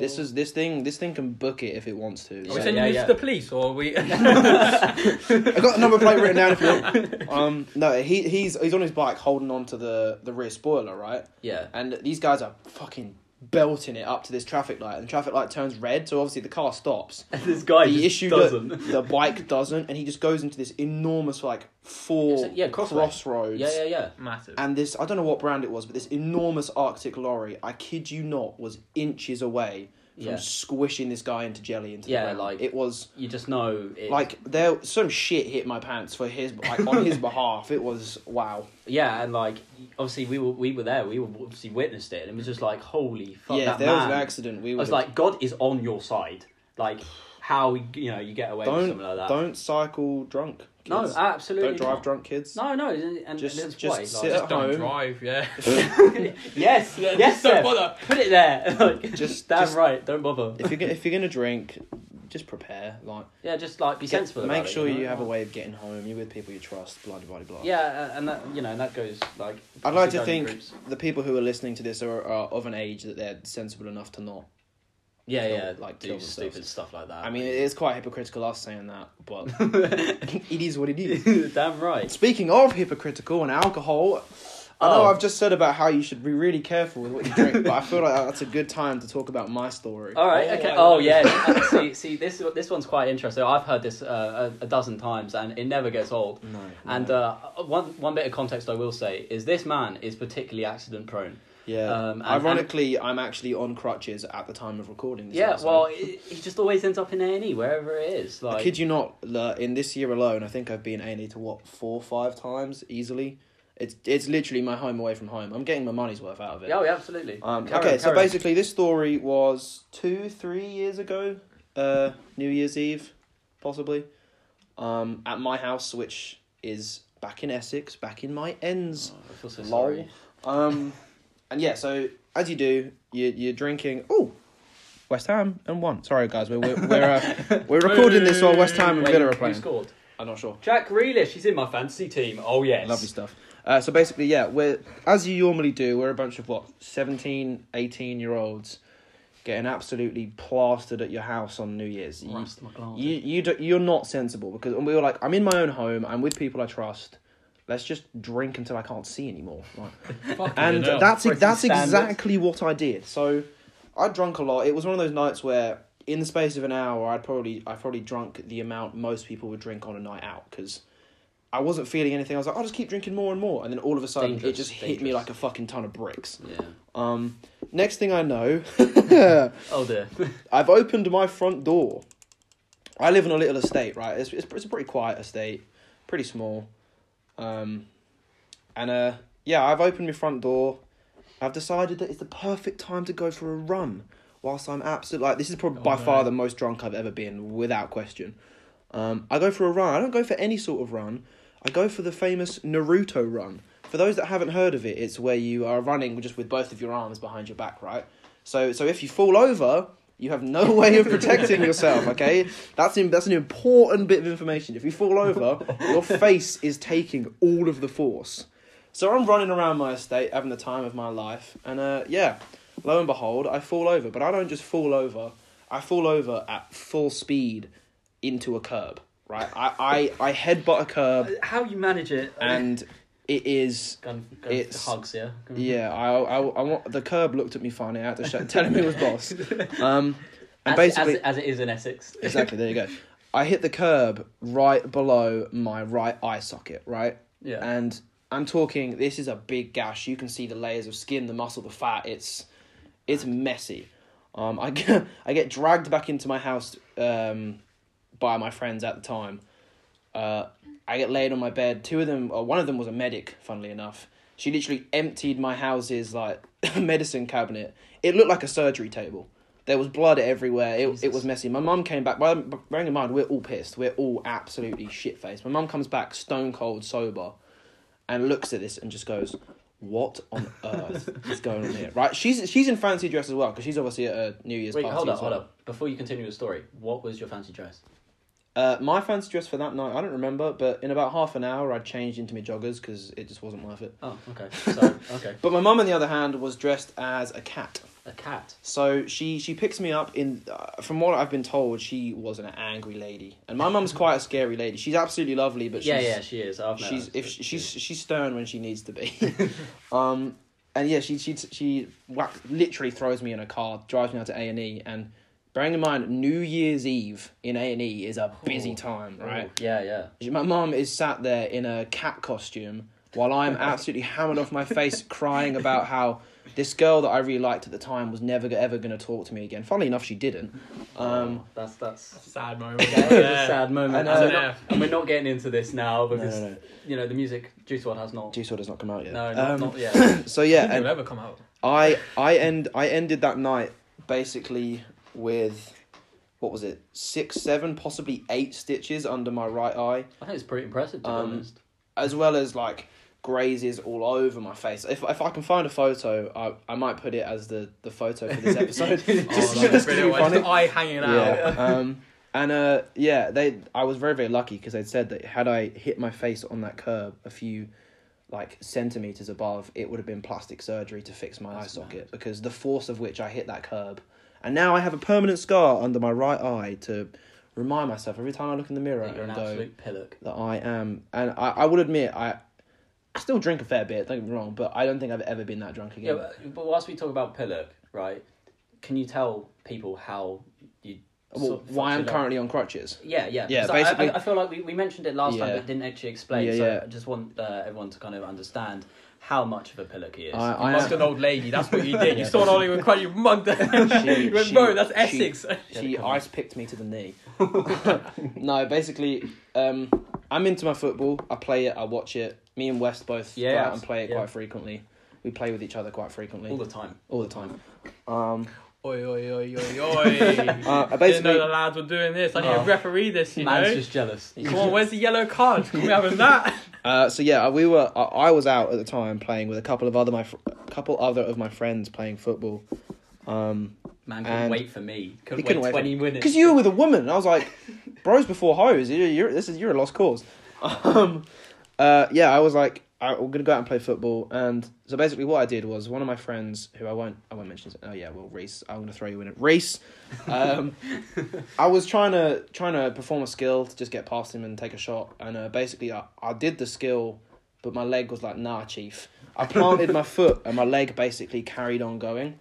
Speaker 1: This is this thing. This thing can book it if it wants to.
Speaker 3: it?
Speaker 1: So-
Speaker 3: Are we
Speaker 2: Yeah,
Speaker 3: sending
Speaker 2: yeah,
Speaker 3: this
Speaker 2: yeah.
Speaker 3: to the police or are we?
Speaker 1: I got the number plate written down if you want. Um, no, he he's he's on his bike holding on to the the rear spoiler, right?
Speaker 2: Yeah.
Speaker 1: And these guys are fucking belting it up to this traffic light, and the traffic light turns red, so obviously the car stops.
Speaker 2: this guy
Speaker 1: the
Speaker 2: just
Speaker 1: issue
Speaker 2: doesn't.
Speaker 1: that the bike doesn't, and he just goes into this enormous like
Speaker 2: It's
Speaker 1: four
Speaker 2: like- yeah, crossway.
Speaker 1: crossroads.
Speaker 2: yeah, yeah, yeah.
Speaker 3: Massive.
Speaker 1: And this, I don't know what brand it was, but this enormous Arctic lorry, I kid you not, was inches away from
Speaker 2: Yeah.
Speaker 1: squishing this guy into jelly into
Speaker 2: Yeah,
Speaker 1: the ground.
Speaker 2: like-
Speaker 1: it was
Speaker 2: You just know. It,
Speaker 1: like there some shit hit my pants for his like on his behalf. It was wow.
Speaker 2: Yeah, and like obviously we were we were there. We were obviously witnessed it, and it was just like holy fuck.
Speaker 1: yeah,
Speaker 2: that
Speaker 1: if there
Speaker 2: man.
Speaker 1: was an accident, we
Speaker 2: I
Speaker 1: would.
Speaker 2: was like, God is on your side. Like how you know you get away with
Speaker 1: don't
Speaker 2: something like that.
Speaker 1: don't cycle drunk. Kids.
Speaker 2: no, absolutely.
Speaker 1: don't drive
Speaker 2: not.
Speaker 1: drunk, kids.
Speaker 2: No, no, and- and
Speaker 1: Just-
Speaker 2: that's
Speaker 1: just
Speaker 2: why,
Speaker 1: sit
Speaker 2: like,
Speaker 1: at
Speaker 3: don't
Speaker 1: home.
Speaker 3: drive. Yeah.
Speaker 2: yes,
Speaker 3: Yeah,
Speaker 2: yes,
Speaker 3: just don't
Speaker 2: Seth,
Speaker 3: bother.
Speaker 2: Put it there. Like,
Speaker 1: Just-
Speaker 2: just damn
Speaker 1: just-
Speaker 2: right. Don't bother.
Speaker 1: If you're gonna- if you're gonna drink, just prepare. Like
Speaker 2: Yeah, just like be
Speaker 1: get-
Speaker 2: sensible.
Speaker 1: make
Speaker 2: about it,
Speaker 1: sure
Speaker 2: know?
Speaker 1: you have a way of getting home. You're with people you trust. Blah blah blah. blah.
Speaker 2: Yeah, uh, and that you know that goes like.
Speaker 1: I'd like to
Speaker 2: obviously going
Speaker 1: think
Speaker 2: in groups.
Speaker 1: the people who are listening to this are, are of an age that they're sensible enough to not.
Speaker 2: Yeah,
Speaker 1: kill-
Speaker 2: yeah,
Speaker 1: like,
Speaker 2: like
Speaker 1: kill
Speaker 2: do
Speaker 1: themselves.
Speaker 2: stupid stuff like that.
Speaker 1: I mean, it is quite hypocritical us saying that, but it is what it is.
Speaker 2: damn right.
Speaker 1: Speaking of hypocritical and alcohol, I know
Speaker 2: Oh.
Speaker 1: I've just said about how you should be really careful with what you drink, but I feel like that's a good time to talk about my story.
Speaker 2: All right.
Speaker 3: Oh,
Speaker 2: okay.
Speaker 3: I
Speaker 2: Oh
Speaker 3: love
Speaker 2: yeah. Uh, see, see, this this one's quite interesting. I've heard this uh, a, a dozen times, and it never gets old.
Speaker 1: No,
Speaker 2: And
Speaker 1: no.
Speaker 2: uh, one one bit of context I will say is this man is particularly accident prone.
Speaker 1: yeah,
Speaker 2: um, and-
Speaker 1: ironically, I'm actually on crutches at the time of recording. This
Speaker 2: Yeah.
Speaker 1: episode.
Speaker 2: Well, he he just always ends up in A and E wherever it is.
Speaker 1: I
Speaker 2: Like.
Speaker 1: kid you not. l- In this year alone, I think I've been A E to what four, five times easily. It's it's literally my home away from home. I'm getting my money's worth out of it.
Speaker 2: yeah, oh, yeah, absolutely.
Speaker 1: Um,
Speaker 2: Carry
Speaker 1: okay,
Speaker 2: on,
Speaker 1: so
Speaker 2: carry on.
Speaker 1: basically, this story was two, three years ago, uh, New Year's Eve, possibly, um, at my house, which is back in Essex, back in my ends.
Speaker 2: Oh, I feel so
Speaker 1: Lol.
Speaker 2: sorry.
Speaker 1: Um, and yeah, so as you do, you, you're drinking. Oh, West Ham and one. Sorry, guys, we're we're we're, uh, we're recording this while West Ham and
Speaker 2: Wait,
Speaker 1: Villa are
Speaker 2: who
Speaker 1: playing.
Speaker 2: scored?
Speaker 1: I'm not sure.
Speaker 2: Jack Grealish, he's in my fantasy team. Oh yes.
Speaker 1: Lovely stuff. Uh, so basically, yeah, we're as you normally do. We're a bunch of what 17, 18 year olds getting absolutely plastered at your house on New Year's. You,
Speaker 2: Rust McLaren.
Speaker 1: you, you do, you're not sensible because and we were like, I'm in my own home. I'm with people I trust. Let's just drink until I can't see anymore. Like,
Speaker 3: Fucking
Speaker 1: and
Speaker 3: hell.
Speaker 1: that's
Speaker 2: pretty
Speaker 1: that's
Speaker 2: standard.
Speaker 1: exactly what I did. So I drank a lot. It was one of those nights where, in the space of an hour, I'd probably I probably drunk the amount most people would drink on a night out because I wasn't feeling anything. I was like, I'll just keep drinking more and more, and then all of a sudden it
Speaker 2: Dangerous,
Speaker 1: just hit me
Speaker 2: dangerous.
Speaker 1: like a fucking ton of bricks.
Speaker 2: Yeah.
Speaker 1: Um, next thing I know,
Speaker 2: Oh dear.
Speaker 1: I've opened my front door. I live in a little estate, right? It's it's, it's a pretty quiet estate, pretty small, um, and uh, yeah, I've opened my front door. I've decided that it's the perfect time to go for a run whilst I'm absolute like this is probably
Speaker 3: Oh,
Speaker 1: by
Speaker 3: no.
Speaker 1: far the most drunk I've ever been without question. Um, I go for a run. I don't go for any sort of run. I go for the famous Naruto run. For those that haven't heard of it, it's where you are running just with both of your arms behind your back, right? So so if you fall over, you have no way of protecting yourself. Okay, that's in, that's an important bit of information. If you fall over, your face is taking all of the force. So I'm running around my estate, having the time of my life, and uh, yeah, lo and behold, I fall over. But I don't just fall over; I fall over at full speed into a curb. Right? I I, I headbutt a curb,
Speaker 2: How you manage it?
Speaker 1: and it is
Speaker 2: gun, gun
Speaker 1: it's-
Speaker 2: hugs, yeah.
Speaker 1: yeah. I I, I want the curb looked at me funny. I had to show, tell him it was boss. Um, and
Speaker 2: as,
Speaker 1: basically,
Speaker 2: as, as it is in Essex.
Speaker 1: exactly there you go. I hit the curb right below my right eye socket. Right.
Speaker 2: Yeah.
Speaker 1: And I'm talking this is a big gash. You can see the layers of skin, the muscle, the fat. It's it's messy. Um, I get, I get dragged back into my house um, by my friends at the time. Uh, I get laid on my bed. Two of them, or one of them was a medic, funnily enough. She literally emptied my house's like medicine cabinet. It looked like a surgery table. There was blood everywhere. It, it was messy. My mum came back. Well, bearing in mind, we're all pissed. We're all absolutely shit faced. My mum comes back stone cold sober and looks at this and just goes, "What on earth is going on here?" Right? She's she's in fancy dress as well because she's obviously at a New Year's
Speaker 2: Wait,
Speaker 1: party.
Speaker 2: hold up,
Speaker 1: as
Speaker 2: hold
Speaker 1: well.
Speaker 2: up. Before you continue the story, what was your fancy dress?
Speaker 1: Uh, my fancy dress for that night, I don't remember, but in about half an hour, I changed into my joggers because it just wasn't worth it.
Speaker 2: Oh, okay. So, okay.
Speaker 1: But my mum, on the other hand, was dressed as a cat.
Speaker 2: A cat.
Speaker 1: So she she picks me up in. Uh, from what I've been told, she was an angry lady, and my mum's quite a scary lady. She's absolutely lovely, but
Speaker 2: yeah,
Speaker 1: she's,
Speaker 2: yeah, she is. I've met
Speaker 1: she's
Speaker 2: her.
Speaker 1: if she, she's she's stern when she needs to be. um, and yeah, she she she whack, literally throws me in a car, drives me out to A and E, and bearing in mind New Year's Eve in A and E is a busy
Speaker 2: Oh.
Speaker 1: time,
Speaker 2: Ooh,
Speaker 1: right?
Speaker 2: Yeah, yeah.
Speaker 1: My mum is sat there in a cat costume while I'm absolutely hammered off my face, crying about how this girl that I really liked at the time was never ever going to talk to me again. Funnily enough, she didn't. Um,
Speaker 2: Oh, that's that's.
Speaker 3: sad moment.
Speaker 2: That is a sad moment,
Speaker 1: I
Speaker 2: and,
Speaker 1: know.
Speaker 2: we're not, and we're not getting into this now because
Speaker 1: no.
Speaker 2: you know the music Juice WRLD has not.
Speaker 1: Jigsaw does not come out yet.
Speaker 2: No, not,
Speaker 1: Um,
Speaker 2: not yet.
Speaker 1: So yeah,
Speaker 3: It'll
Speaker 1: and-
Speaker 3: ever come out.
Speaker 1: I I end I ended that night basically with what was it six seven possibly eight stitches under my right eye
Speaker 2: I think it's pretty impressive to
Speaker 1: Um,
Speaker 2: be honest.
Speaker 1: as well as like grazes all over my face. If if I can find a photo, I, I might put it as the, the photo for this episode.
Speaker 2: Oh,
Speaker 1: just
Speaker 2: like
Speaker 1: just to be funny.
Speaker 3: eye hanging out.
Speaker 1: Yeah. Um, and uh, yeah, they I was very very lucky because they'd said that had I hit my face on that curb a few like centimeters above, it would have been plastic surgery to fix my
Speaker 2: That's
Speaker 1: eye socket because the force of which I hit that curb, and now I have a permanent scar under my right eye to remind myself every time I look in the mirror
Speaker 2: That You're an
Speaker 1: and go
Speaker 2: absolute pillock.
Speaker 1: that I am, and I, I will admit I. I still drink a fair bit, don't get me wrong, but I don't think I've ever been that drunk
Speaker 2: Yeah,
Speaker 1: again.
Speaker 2: but, but whilst we talk about pillock, right? Can you tell people how you?
Speaker 1: well,
Speaker 2: sort of
Speaker 1: why I'm
Speaker 2: fucked it up?
Speaker 1: currently on crutches.
Speaker 2: Yeah, yeah.
Speaker 1: Yeah,
Speaker 2: So I-
Speaker 1: basically-
Speaker 2: I, I, feel like we, we mentioned it last
Speaker 1: Yeah.
Speaker 2: time, but didn't actually explain.
Speaker 1: Yeah,
Speaker 2: so
Speaker 1: yeah.
Speaker 2: I just want uh, everyone to kind of understand how much of a pillock he is.
Speaker 1: I- I
Speaker 3: Mugged
Speaker 1: am-
Speaker 3: an old lady. That's what you did.
Speaker 1: Yeah.
Speaker 3: You saw an old lady with quite you mugged her.
Speaker 1: She-
Speaker 3: you went,
Speaker 1: she-
Speaker 3: bro, that's
Speaker 1: she-
Speaker 3: Essex.
Speaker 1: she ice picked me to the knee. no, basically, um, I'm into my football. I play it. I watch it. Me and West both go
Speaker 2: Yeah,
Speaker 1: out and play it
Speaker 2: yeah.
Speaker 1: quite frequently. We play with each other quite frequently
Speaker 2: all the time.
Speaker 1: all the time. Um,
Speaker 3: Oi, oi, oi, oi, oi.
Speaker 1: uh, I
Speaker 3: Didn't know
Speaker 1: basically
Speaker 3: the lads were doing this. I need
Speaker 2: Oh.
Speaker 3: to referee this, you
Speaker 2: Man's
Speaker 3: know.
Speaker 2: just jealous.
Speaker 3: Come on, where's the yellow card? Can we have that?
Speaker 1: Uh, so yeah, we were. I, I was out at the time playing with a couple of other my fr- couple other of my friends playing football. Um,
Speaker 2: Man couldn't
Speaker 1: And-
Speaker 2: wait for me. Couldn't,
Speaker 1: He couldn't
Speaker 2: wait
Speaker 1: wait for-
Speaker 2: twenty minutes.
Speaker 1: because you were with a woman, and I was like, bros before hoes. You're, you're this is you're a lost cause. Um, uh, yeah, I was like, I, I'm gonna go out and play football, and so basically what I did was one of my friends who I won't I won't mention. His, oh yeah, well Reese, I'm gonna throw you in it. Reese, um, I was trying to trying to perform a skill to just get past him and take a shot, and uh, basically I, I did the skill, but my leg was like nah, chief. I planted my foot, and my leg basically carried on going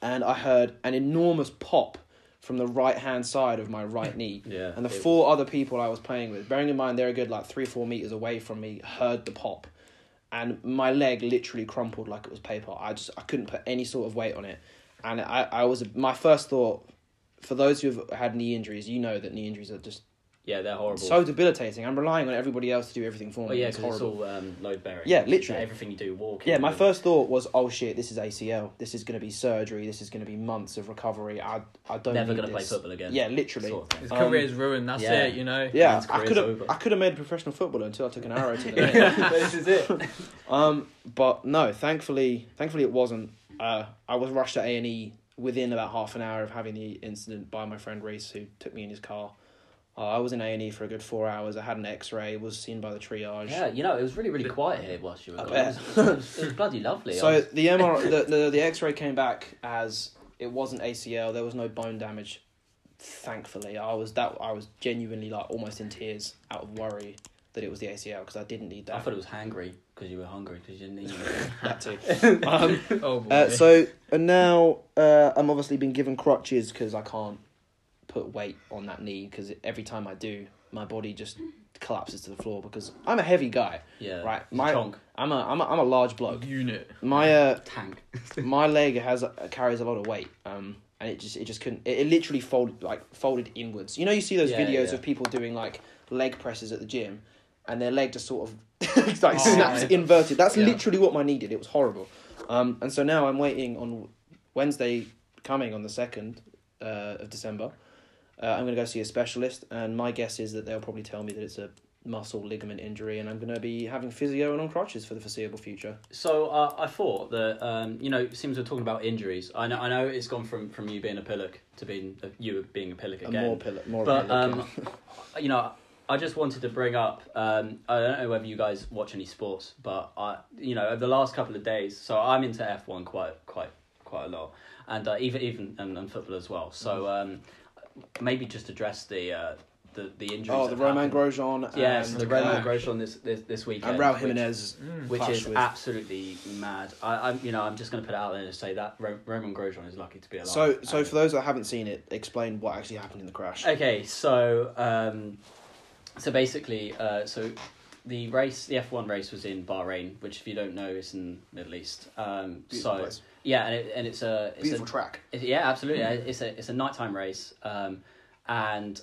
Speaker 1: and I heard an enormous pop from the right hand side of my right knee.
Speaker 2: Yeah,
Speaker 1: And the
Speaker 2: it-
Speaker 1: four other people I was playing with, bearing in mind they're a good like three or four meters away from me, heard the pop. And my leg literally crumpled like it was paper. I just I couldn't put any sort of weight on it. And I, I was my first thought for those who have had knee injuries, you know that knee injuries are just
Speaker 2: Yeah, they're horrible.
Speaker 1: so debilitating. I'm relying on everybody else to do everything for me.
Speaker 2: oh, yeah,
Speaker 1: it's
Speaker 2: because it's
Speaker 1: horrible.
Speaker 2: all um, load bearing.
Speaker 1: Yeah, literally.
Speaker 2: Everything you do, walking.
Speaker 1: Yeah, my
Speaker 2: and-
Speaker 1: first thought was, oh shit, this is ACL. This is going to be surgery. This is going to be months of recovery. I, I don't.
Speaker 2: Never
Speaker 1: need
Speaker 2: gonna play
Speaker 1: this."
Speaker 2: football again.
Speaker 1: Yeah, literally.
Speaker 2: Sort of thing.
Speaker 3: His
Speaker 1: Um,
Speaker 3: career's ruined. That's
Speaker 2: yeah.
Speaker 3: it. You know.
Speaker 1: Yeah,
Speaker 2: Man's
Speaker 1: I
Speaker 2: career's
Speaker 1: could have.
Speaker 2: over.
Speaker 1: I could have made a professional footballer until I took an arrow to the leg.
Speaker 2: this is it.
Speaker 1: Um, but no, thankfully, thankfully it wasn't. Uh, I was rushed to A and E within about half an hour of having the incident by my friend Reese, who took me in his car. Uh, I was in A and E for a good four hours. I had an X ray. Was seen by the triage.
Speaker 2: Yeah, you know, it was really, really quiet here whilst you were
Speaker 1: I
Speaker 2: gone.
Speaker 1: bet.
Speaker 2: It, was, it was- it was bloody lovely. I
Speaker 1: So
Speaker 2: was-
Speaker 1: the MR, the, the the X ray came back as it wasn't ACL. There was no bone damage. Thankfully, I was that I was genuinely like almost in tears out of worry that it was the ACL because I didn't need
Speaker 2: I
Speaker 1: that.
Speaker 2: thought it was hangry because you were hungry because you didn't eat.
Speaker 1: that too. um,
Speaker 3: Oh boy.
Speaker 1: uh, so and now uh, I'm obviously been given crutches because I can't put weight on that knee because every time I do, my body just collapses to the floor because I'm a heavy guy.
Speaker 2: Yeah.
Speaker 1: Right,
Speaker 2: it's a
Speaker 1: my
Speaker 2: chonk.
Speaker 1: I'm a I'm a, I'm a large bloke.
Speaker 3: unit.
Speaker 1: My uh,
Speaker 2: Tank.
Speaker 1: my leg has uh, carries a lot of weight um and it just it just couldn't it, it literally folded like folded inwards you know you see those
Speaker 2: Yeah,
Speaker 1: videos
Speaker 2: yeah.
Speaker 1: of people doing like leg presses at the gym and their leg just sort of it's like
Speaker 3: Oh,
Speaker 1: snaps
Speaker 3: right.
Speaker 1: inverted that's
Speaker 2: Yeah.
Speaker 1: literally what my knee did it was horrible um and so now i'm waiting on wednesday coming on the 2nd uh, of december uh, i'm going to go see a specialist and my guess is that they'll probably tell me that it's a muscle ligament injury and i'm going to be having physio and on crutches for the foreseeable future
Speaker 2: So uh, I thought that um, you know, seems we're talking about injuries. I know, I know, it's gone from, from you being a pillock to being uh, you being a pillock
Speaker 1: and
Speaker 2: again.
Speaker 1: more pillar more of a
Speaker 2: but
Speaker 1: pillar
Speaker 2: um, you know, I just wanted to bring up. Um, I don't know whether you guys watch any sports, but I, you know, over the last couple of days, so I'm into F one quite, quite, quite a lot, and uh, even even and, and football as well. So
Speaker 1: Mm.
Speaker 2: um, maybe just address the uh, the the injuries.
Speaker 1: Oh, the
Speaker 2: that
Speaker 1: Roman
Speaker 2: happened.
Speaker 1: Grosjean.
Speaker 2: Yeah,
Speaker 1: and,
Speaker 2: so the Roman
Speaker 1: uh,
Speaker 2: Grosjean this this this weekend.
Speaker 1: and Raul
Speaker 2: which-
Speaker 1: Jimenez,
Speaker 2: which
Speaker 1: clash
Speaker 2: is
Speaker 1: with.
Speaker 2: absolutely mad. I, I'm, you know, I'm just going to put it out there and say that Ro- Roman Grosjean is lucky to be alive.
Speaker 1: So, so
Speaker 2: And-
Speaker 1: for those that haven't seen it, explain what actually happened in the crash.
Speaker 2: okay, so um, so basically, uh, so the race, the F one race was in Bahrain, which if you don't know, is in Middle East. Um,
Speaker 1: Beautiful
Speaker 2: so
Speaker 1: place.
Speaker 2: yeah, and it, and it's a it's
Speaker 1: Beautiful
Speaker 2: a,
Speaker 1: track.
Speaker 2: it- yeah, absolutely. It's a it's a nighttime race, um, and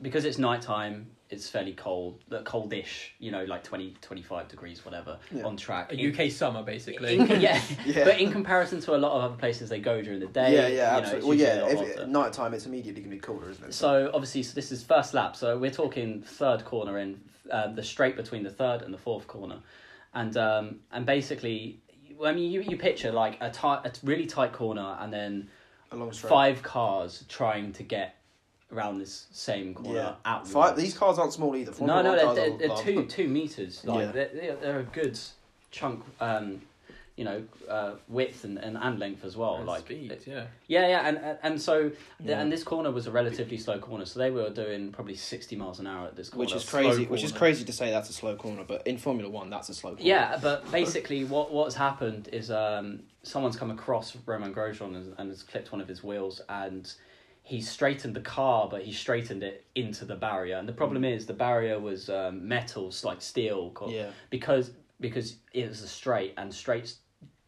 Speaker 2: because it's nighttime, it's fairly cold, like coldish. You know, like 20, 25 degrees, whatever,
Speaker 1: Yeah.
Speaker 2: on track.
Speaker 3: A
Speaker 2: In-
Speaker 3: UK summer, basically.
Speaker 2: in, yeah.
Speaker 1: Yeah.
Speaker 2: but in comparison to a lot of other places they go during the day.
Speaker 1: yeah, yeah,
Speaker 2: you know, it's
Speaker 1: absolutely. Well,
Speaker 2: usually
Speaker 1: yeah,
Speaker 2: a lot
Speaker 1: if
Speaker 2: hotter.
Speaker 1: at night time, it's immediately going to be cooler, isn't it?
Speaker 2: So obviously, so this is first lap. So we're talking third corner in um, the straight between the third and the fourth corner, and um, and basically, I mean, you, you picture like a tight, a really tight corner, and then
Speaker 1: a long straight.
Speaker 2: five cars trying to get around this same corner
Speaker 1: Yeah.
Speaker 2: outwards.
Speaker 1: Five. These cars aren't small either.
Speaker 2: No,
Speaker 1: Formula
Speaker 2: no,
Speaker 1: One
Speaker 2: they're,
Speaker 1: cars
Speaker 2: they're,
Speaker 1: aren't
Speaker 2: they're
Speaker 1: large.
Speaker 2: two two meters. Like
Speaker 1: Yeah.
Speaker 2: they're, they're, they're a good chunk. Um, you know, uh, width and, and, and length as well.
Speaker 3: And
Speaker 2: Oh, like
Speaker 3: speed,
Speaker 2: it-
Speaker 3: yeah.
Speaker 2: yeah, yeah, and and- and so
Speaker 1: Yeah.
Speaker 2: and this corner was a relatively slow corner, so they were doing probably sixty miles an hour at this corner,
Speaker 1: which is
Speaker 2: Slow
Speaker 1: crazy. Which is
Speaker 2: corner.
Speaker 1: crazy to say that's a slow corner, but in Formula One, that's a slow corner.
Speaker 2: Yeah, but basically, what what's happened is um, someone's come across Roman Grosjean and, and has clipped one of his wheels, and he straightened the car, but he straightened it into the barrier. And the problem is, the barrier was um, metals like steel, co-
Speaker 1: Mm. Yeah.
Speaker 2: because because it was a straight and straights.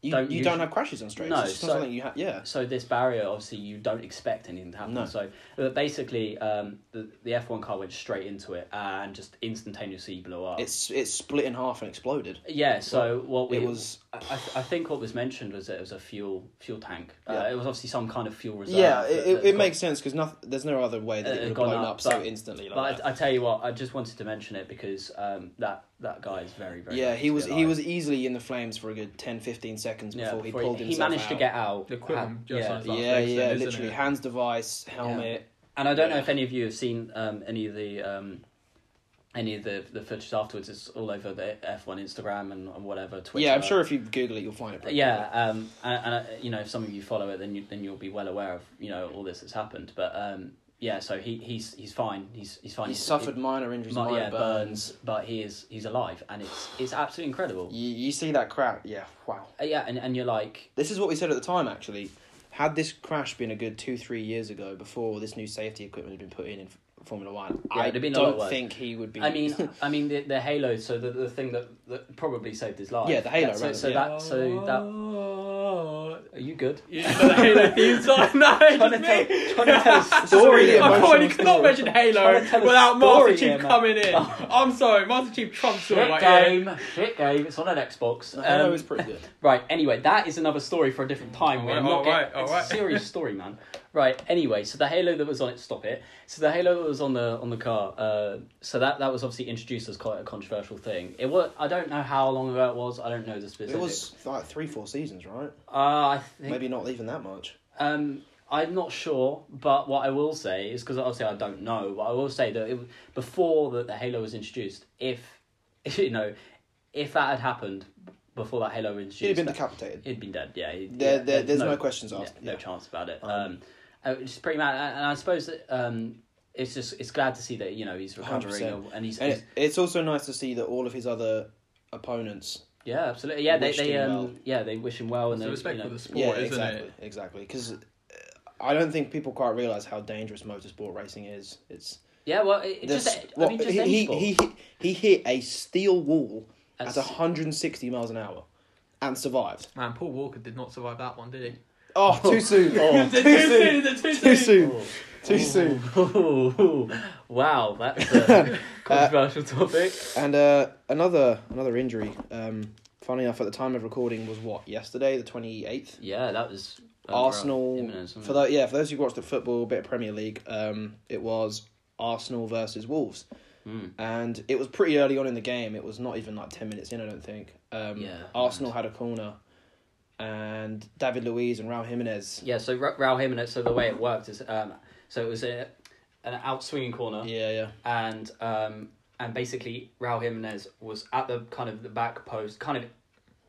Speaker 1: You
Speaker 2: Don't
Speaker 1: don't, you don't
Speaker 2: usually-
Speaker 1: have crashes on straights.
Speaker 2: No,
Speaker 1: it's just
Speaker 2: so-
Speaker 1: not something you have. Yeah.
Speaker 2: So this barrier, obviously, you don't expect anything to happen.
Speaker 1: No.
Speaker 2: So, but basically, um, the the F one car went straight into it and just instantaneously blew up.
Speaker 1: It's it's split in half and exploded.
Speaker 2: Yeah, so what we
Speaker 1: it was-
Speaker 2: I, I- I think what was mentioned was that it was a fuel fuel tank. Uh,
Speaker 1: Yeah.
Speaker 2: it was obviously some kind of fuel reserve.
Speaker 1: Yeah,
Speaker 2: that-
Speaker 1: it,
Speaker 2: that
Speaker 1: it, it
Speaker 2: got-
Speaker 1: makes sense because there's no other way that
Speaker 2: that
Speaker 1: it would
Speaker 2: had
Speaker 1: have
Speaker 2: gone
Speaker 1: blown
Speaker 2: up,
Speaker 1: up so
Speaker 2: but-
Speaker 1: instantly like that.
Speaker 2: But I, I tell you what, I just wanted to mention it because um, that that guy is very very.
Speaker 1: Yeah,
Speaker 2: lucky
Speaker 1: he
Speaker 2: to
Speaker 1: was
Speaker 2: be
Speaker 1: he
Speaker 2: alive.
Speaker 1: was easily in the flames for a good 10, 15 seconds
Speaker 2: Yeah,
Speaker 1: before he
Speaker 2: before
Speaker 1: pulled
Speaker 2: he,
Speaker 1: himself
Speaker 2: managed to
Speaker 1: out.
Speaker 2: get out.
Speaker 3: The quilm
Speaker 2: Um,
Speaker 3: just
Speaker 2: yeah.
Speaker 3: on his
Speaker 1: Yeah,
Speaker 3: That's next
Speaker 1: yeah,
Speaker 3: then, isn't
Speaker 1: literally
Speaker 3: it?
Speaker 1: hands device helmet.
Speaker 2: And I don't know
Speaker 1: Yeah.
Speaker 2: if any of you have seen um, any of the um, any of the the footage afterwards. It's all over the F one Instagram and, and whatever Twitter.
Speaker 1: yeah, I'm sure if you Google it, you'll find it. pretty
Speaker 2: Yeah, um, and, and uh, you know, if some of you follow it, then you then you'll be well aware of you know all this that's happened. But um, yeah, so he he's he's fine. He's he's fine.
Speaker 1: quickly. He suffered minor injuries,
Speaker 2: mi-
Speaker 1: minor
Speaker 2: yeah,
Speaker 1: burns.
Speaker 2: burns, but he is he's alive, and it's it's absolutely incredible.
Speaker 1: You, you see that crack? Yeah, wow.
Speaker 2: Uh, yeah, and, and you're like,
Speaker 1: This is what we said at the time, actually. Had this crash been a good two, three years ago, before this new safety equipment had been put in in F- Formula One, I
Speaker 2: Yeah, it'd have been a lot
Speaker 1: don't
Speaker 2: worse.
Speaker 1: think he would be.
Speaker 2: I mean, um, I mean the the halo. So the, the thing that, that probably saved his life.
Speaker 1: Yeah, the halo,
Speaker 2: That- so
Speaker 1: right,
Speaker 2: so
Speaker 1: yeah.
Speaker 2: that so that are you good?
Speaker 3: You just said the Halo theme song. No, it's
Speaker 2: Trying to
Speaker 3: me.
Speaker 2: tell, trying to tell a
Speaker 1: already
Speaker 2: story.
Speaker 1: a
Speaker 3: I
Speaker 1: emotional
Speaker 3: can't, you cannot mention Halo
Speaker 2: Trying to tell a
Speaker 3: without
Speaker 2: story
Speaker 3: Master
Speaker 2: here,
Speaker 3: Chief
Speaker 2: man.
Speaker 3: coming in. I'm sorry, Master Chief trumps all
Speaker 2: Shit
Speaker 3: right here.
Speaker 2: game, shit game. It's on an Xbox.
Speaker 1: the Halo
Speaker 2: Um,
Speaker 1: is pretty good.
Speaker 2: Right, anyway, that is another story for a different time.
Speaker 3: All
Speaker 2: We're
Speaker 3: right,
Speaker 2: not
Speaker 3: Mm. all right,
Speaker 2: getting,
Speaker 3: all
Speaker 2: it's
Speaker 3: right.
Speaker 2: a serious story, man. Right, anyway, so the halo that was on it, stop it. So the halo that was on the on the car, uh, so that, that was obviously introduced as quite a controversial thing. It was I don't know how long ago it was. I don't know the specifics.
Speaker 1: It was like three, four seasons, right?
Speaker 2: uh, I think
Speaker 1: Maybe not even that much.
Speaker 2: um, I'm not sure, but what I will say is because obviously I don't know, but I will say that it, before the, the Halo was introduced, if you know, if that had happened before that Halo was introduced,
Speaker 1: He'd have been
Speaker 2: that-
Speaker 1: decapitated.
Speaker 2: He'd been dead. Yeah. he-
Speaker 1: There,
Speaker 2: yeah,
Speaker 1: there, there's no, questions
Speaker 2: yeah,
Speaker 1: asked.
Speaker 2: No
Speaker 1: yeah.
Speaker 2: chance about it.
Speaker 1: Um,
Speaker 2: Um, uh, it's pretty mad, and and I suppose that um, it's just it's glad to see that you know he's recovering
Speaker 1: 100%.
Speaker 2: and he's,
Speaker 1: And
Speaker 2: he's
Speaker 1: it, it's also nice to see that all of his other opponents.
Speaker 2: yeah absolutely yeah they
Speaker 1: Wished
Speaker 2: they
Speaker 1: him
Speaker 2: um
Speaker 1: well.
Speaker 2: yeah they wish him well and
Speaker 3: So
Speaker 2: they
Speaker 3: respect
Speaker 2: you know,
Speaker 3: for the sport,
Speaker 1: yeah,
Speaker 3: isn't
Speaker 1: exactly,
Speaker 3: it?
Speaker 1: exactly. Because I don't think people quite realize how dangerous motorsport racing is. It's
Speaker 2: yeah well it, it
Speaker 1: this-
Speaker 2: just I
Speaker 1: what-
Speaker 2: mean just
Speaker 1: he,
Speaker 2: any
Speaker 1: he,
Speaker 2: sport.
Speaker 1: he hit- he hit a steel wall at
Speaker 2: That's-
Speaker 1: 160 miles an hour and survived.
Speaker 3: Man, Paul Walker did not survive that one, did he?
Speaker 1: Oh, too soon.
Speaker 2: Oh.
Speaker 1: too soon.
Speaker 3: Too soon.
Speaker 1: Too soon.
Speaker 2: Oh.
Speaker 1: Too soon.
Speaker 2: Ooh, wow, that's a controversial topic.
Speaker 1: And uh, another another injury. Um, funny enough, at the time of recording was what yesterday, the 28th.
Speaker 2: Yeah, that was um,
Speaker 1: Arsenal
Speaker 2: imminent, wasn't
Speaker 1: for
Speaker 2: it?
Speaker 1: those yeah for those who watched the football a bit of Premier League um it was Arsenal versus Wolves
Speaker 2: Mm.
Speaker 1: and it was pretty early on in the game it was not even like 10 minutes in I don't think um
Speaker 2: Yeah,
Speaker 1: Arsenal had a corner and David Luiz and Raul Jimenez
Speaker 2: Yeah, so Ra- Raul Jimenez. So the way it worked is, um, so it was a, an out swinging corner,
Speaker 1: yeah yeah
Speaker 2: and um, and basically Raul Jimenez was at the kind of the back post, kind of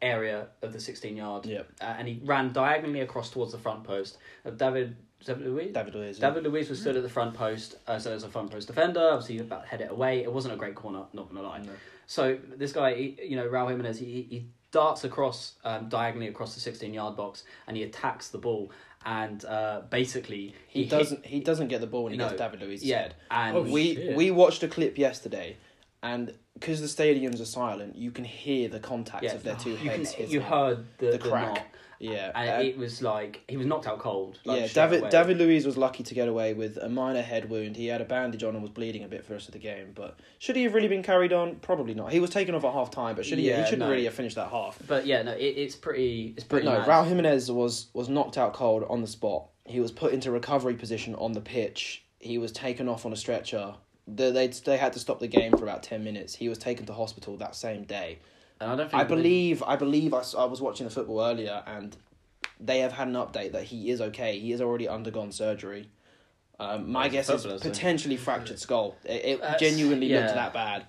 Speaker 2: area of the sixteen yard,
Speaker 1: Yep.
Speaker 2: uh, and he ran diagonally across towards the front post of David. David Luiz?
Speaker 1: David Luiz yeah.
Speaker 2: David Luiz was stood at the front post, uh, so as a front post defender. Obviously, he about head it away. It wasn't a great corner, not gonna lie.
Speaker 1: No.
Speaker 2: So this guy, he, you know, Raul Jimenez, he, he darts across um, diagonally across the sixteen-yard box, and he attacks the ball. And uh, basically,
Speaker 1: he,
Speaker 2: hit-
Speaker 1: doesn't he doesn't get the ball when he
Speaker 2: No.
Speaker 1: gets David Luiz's
Speaker 2: Yeah,
Speaker 1: head
Speaker 2: and
Speaker 3: Oh,
Speaker 1: we
Speaker 3: shit.
Speaker 1: we watched a clip yesterday and because the stadiums are silent you can hear the contacts
Speaker 2: yeah,
Speaker 1: of their two
Speaker 2: you,
Speaker 1: heads
Speaker 2: can,
Speaker 1: hitting.
Speaker 2: you heard the,
Speaker 1: the
Speaker 2: the
Speaker 1: crack.
Speaker 2: knock,
Speaker 1: yeah
Speaker 2: and
Speaker 1: and-
Speaker 2: it was like he was knocked out cold. Like,
Speaker 1: yeah,
Speaker 2: straight
Speaker 1: David
Speaker 2: away.
Speaker 1: David Luiz was lucky to get away with a minor head wound. He had a bandage on and was bleeding a bit for the rest of the game. But should he have really been carried on? Probably not. He was taken off at half time, but should he?
Speaker 2: Yeah,
Speaker 1: he shouldn't
Speaker 2: no.
Speaker 1: really have finished that half.
Speaker 2: But yeah, no, it, it's pretty. It's
Speaker 1: But
Speaker 2: pretty.
Speaker 1: no,
Speaker 2: mad.
Speaker 1: Raul Jimenez was was knocked out cold on the spot. He was put into recovery position on the pitch. He was taken off on a stretcher. They they they had to stop the game for about ten minutes. He was taken to hospital that same day.
Speaker 2: and I don't. Think
Speaker 1: I believe I believe I, s- I was watching the football earlier and they have had an update that he is okay. He has already undergone surgery. Um, my
Speaker 2: Well,
Speaker 1: guess
Speaker 2: it's
Speaker 1: is
Speaker 2: a footballer, so-
Speaker 1: potentially fractured skull. It, it
Speaker 2: That's-
Speaker 1: genuinely
Speaker 2: yeah.
Speaker 1: looked that bad.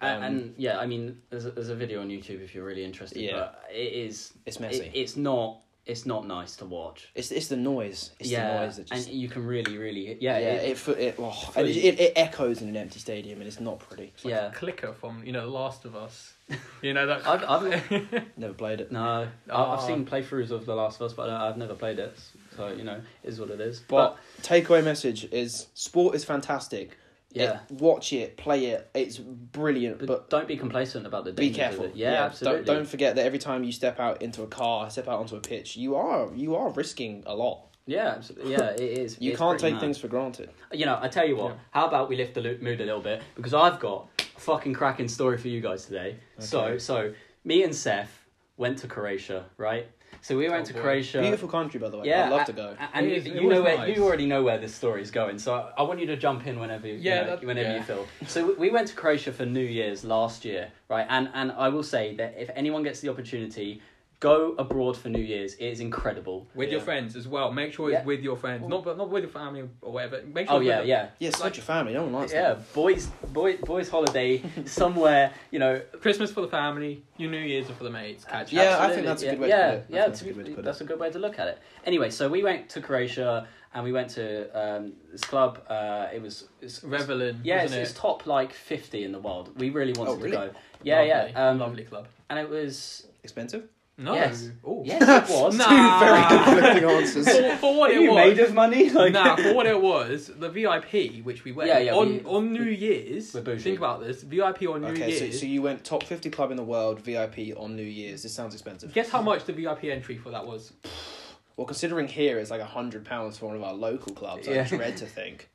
Speaker 2: and,
Speaker 1: Um,
Speaker 2: and yeah, I mean, there's a, there's a video on YouTube if you're really interested.
Speaker 1: Yeah.
Speaker 2: but it is
Speaker 1: It's messy.
Speaker 2: it- it's not it's not nice to watch.
Speaker 1: it's it's the noise. It's
Speaker 2: yeah,
Speaker 1: the noise that just
Speaker 2: and you can really, really yeah
Speaker 1: yeah.
Speaker 2: yeah.
Speaker 1: It
Speaker 2: It,
Speaker 1: it, it, oh, and it, it it echoes in an empty stadium and it's not pretty.
Speaker 3: It's like
Speaker 2: Yeah.
Speaker 3: a clicker from you know The Last of Us. You know that.
Speaker 2: I've, I've
Speaker 1: Never played it.
Speaker 2: no, I I've
Speaker 3: Ah.
Speaker 2: seen playthroughs of The Last of Us, but I- I've never played it. So you know, it is what it is.
Speaker 1: But, takeaway message is sport is fantastic. It-
Speaker 2: yeah,
Speaker 1: watch it, play it. It's brilliant,
Speaker 2: but,
Speaker 1: but
Speaker 2: don't be complacent about the
Speaker 1: be
Speaker 2: dangers
Speaker 1: careful.
Speaker 2: Of it. Yeah, absolutely.
Speaker 1: Don't, don't forget that every time you step out into a car, step out onto a pitch, you are you are risking a lot.
Speaker 2: Yeah, absolutely. Yeah, it is.
Speaker 1: You
Speaker 2: it's
Speaker 1: can't
Speaker 2: pretty
Speaker 1: take
Speaker 2: mad.
Speaker 1: things for granted.
Speaker 2: You know, I tell you what.
Speaker 3: Yeah.
Speaker 2: How about we lift the lo- mood a little bit because I've got a fucking cracking story for you guys today. So,
Speaker 1: Okay.
Speaker 2: so me and Seth went to Croatia, right? So we went
Speaker 3: Oh,
Speaker 2: to
Speaker 3: boy.
Speaker 2: Croatia.
Speaker 1: Beautiful country, by the way.
Speaker 2: Yeah,
Speaker 1: I'd love
Speaker 2: a-
Speaker 1: to go.
Speaker 2: a- And
Speaker 3: It is-
Speaker 2: you
Speaker 3: it
Speaker 2: know
Speaker 3: was
Speaker 2: where
Speaker 3: nice.
Speaker 2: you already know where this story is going, so I- I want you to jump in whenever you
Speaker 3: Yeah,
Speaker 2: know,
Speaker 3: that-
Speaker 2: whenever
Speaker 3: yeah.
Speaker 2: you feel. So we- we went to Croatia for New Year's last year, right? And and I will say that if anyone gets the opportunity, Go abroad for New Year's. It is incredible.
Speaker 3: With your
Speaker 1: Yeah.
Speaker 3: friends as well. Make sure it's
Speaker 2: Yeah.
Speaker 3: with your friends, not but not with your family or whatever. Make sure
Speaker 2: Oh
Speaker 3: it's
Speaker 2: yeah,
Speaker 3: with-
Speaker 2: yeah,
Speaker 1: Yeah, it's such a family. No one likes
Speaker 2: yeah.
Speaker 1: that.
Speaker 2: Boys, boy, boys' holiday somewhere. You know,
Speaker 3: Christmas for the family, your New Year's are for the mates. Catch
Speaker 1: Yeah,
Speaker 3: up.
Speaker 1: I think that's a good way to
Speaker 2: yeah,
Speaker 1: put it. I
Speaker 2: Yeah,
Speaker 1: think
Speaker 2: that's, a good way to put it. That's a good way to look at it. Anyway, so we went to Croatia and we went to um, this club. Uh, it was it's,
Speaker 3: Revelin.
Speaker 2: yeah, it's,
Speaker 3: wasn't
Speaker 2: it's
Speaker 3: it?
Speaker 2: top like fifty in the world. We really wanted
Speaker 1: Oh, really?
Speaker 2: to go. Yeah,
Speaker 3: lovely,
Speaker 2: yeah, um,
Speaker 3: lovely club.
Speaker 2: And it was
Speaker 1: Expensive?
Speaker 3: No.
Speaker 2: yes.
Speaker 3: Ooh.
Speaker 2: yes, it was.
Speaker 3: Nah.
Speaker 1: Two very
Speaker 3: Ah.
Speaker 1: conflicting answers.
Speaker 3: For, for what
Speaker 2: Are
Speaker 3: it
Speaker 2: you
Speaker 3: was.
Speaker 2: made of money? Like,
Speaker 3: nah, for what it was, the VIP which we went
Speaker 2: Yeah, yeah,
Speaker 3: on
Speaker 2: we-
Speaker 3: on New Year's.
Speaker 2: We're bougie.
Speaker 3: Think about this: VIP on New
Speaker 1: Okay, so,
Speaker 3: Year's.
Speaker 1: so you went top 50 club in the world, VIP on New Year's. This sounds expensive.
Speaker 3: Guess how much the VIP entry for that was?
Speaker 1: Well, considering here it's like £100 for one of our local clubs, I
Speaker 2: Yeah.
Speaker 1: just read to think.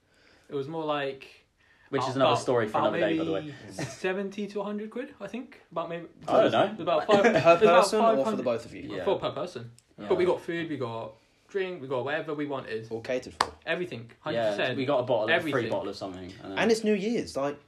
Speaker 3: It was more like
Speaker 2: which
Speaker 3: about-
Speaker 2: is another
Speaker 3: about-
Speaker 2: story for
Speaker 3: about
Speaker 2: another day, by the way.
Speaker 3: maybe Seventy to hundred quid, I think. About maybe.
Speaker 2: I don't know.
Speaker 3: About five
Speaker 1: Per
Speaker 3: it was about
Speaker 1: person or for
Speaker 3: 500
Speaker 1: the both of you?
Speaker 2: Yeah.
Speaker 3: For per person,
Speaker 2: Yeah.
Speaker 3: but we got food, we got drink, we got whatever we wanted,
Speaker 1: All catered for.
Speaker 3: everything. Hundred
Speaker 2: Yeah,
Speaker 3: percent.
Speaker 2: we got a bottle, a free
Speaker 3: Everything.
Speaker 2: bottle of something. I know.
Speaker 1: And it's New Year's. Like,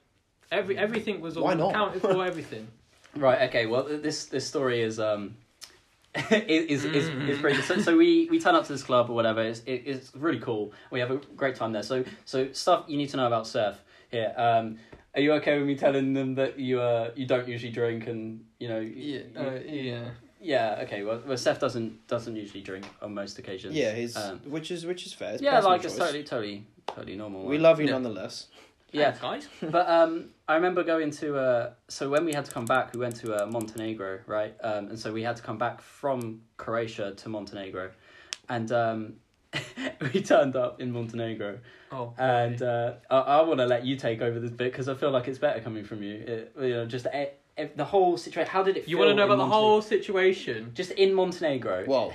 Speaker 3: Every everything was all
Speaker 1: Why not?
Speaker 3: counted for everything.
Speaker 2: Right. Okay. Well, th- this this story is um, is is, is, is
Speaker 1: Mm-hmm.
Speaker 3: Mm.
Speaker 2: pretty. So, so we we turn up to this club or whatever. It's it, it's really cool. We have a great time there. So so stuff you need to know about surf here. Um, are you okay with me telling them that you uh you don't usually drink and you know
Speaker 3: Yeah,
Speaker 2: you-
Speaker 3: uh, yeah.
Speaker 2: yeah okay well, well Seth doesn't doesn't usually drink on most occasions
Speaker 1: yeah, he's,
Speaker 2: um,
Speaker 1: which is which is fair. It's
Speaker 2: yeah
Speaker 1: personal
Speaker 2: like it's
Speaker 1: choice.
Speaker 2: totally totally totally normal
Speaker 1: We love you
Speaker 3: Yeah.
Speaker 1: nonetheless.
Speaker 2: yeah
Speaker 3: Thanks, guys.
Speaker 2: but um, I remember going to uh, so when we had to come back, we went to uh, Montenegro, right? Um, and so we had to come back from Croatia to Montenegro, and um, we turned up in Montenegro.
Speaker 3: Oh,
Speaker 2: And uh, I, I want to let you take over this bit because I feel like it's better coming from you. It, you know, just e e- the whole situation. How did it?
Speaker 3: you
Speaker 2: feel
Speaker 3: want to know
Speaker 2: in
Speaker 3: about the
Speaker 2: Montenegro?
Speaker 3: whole situation?
Speaker 2: Just in Montenegro.
Speaker 1: Well,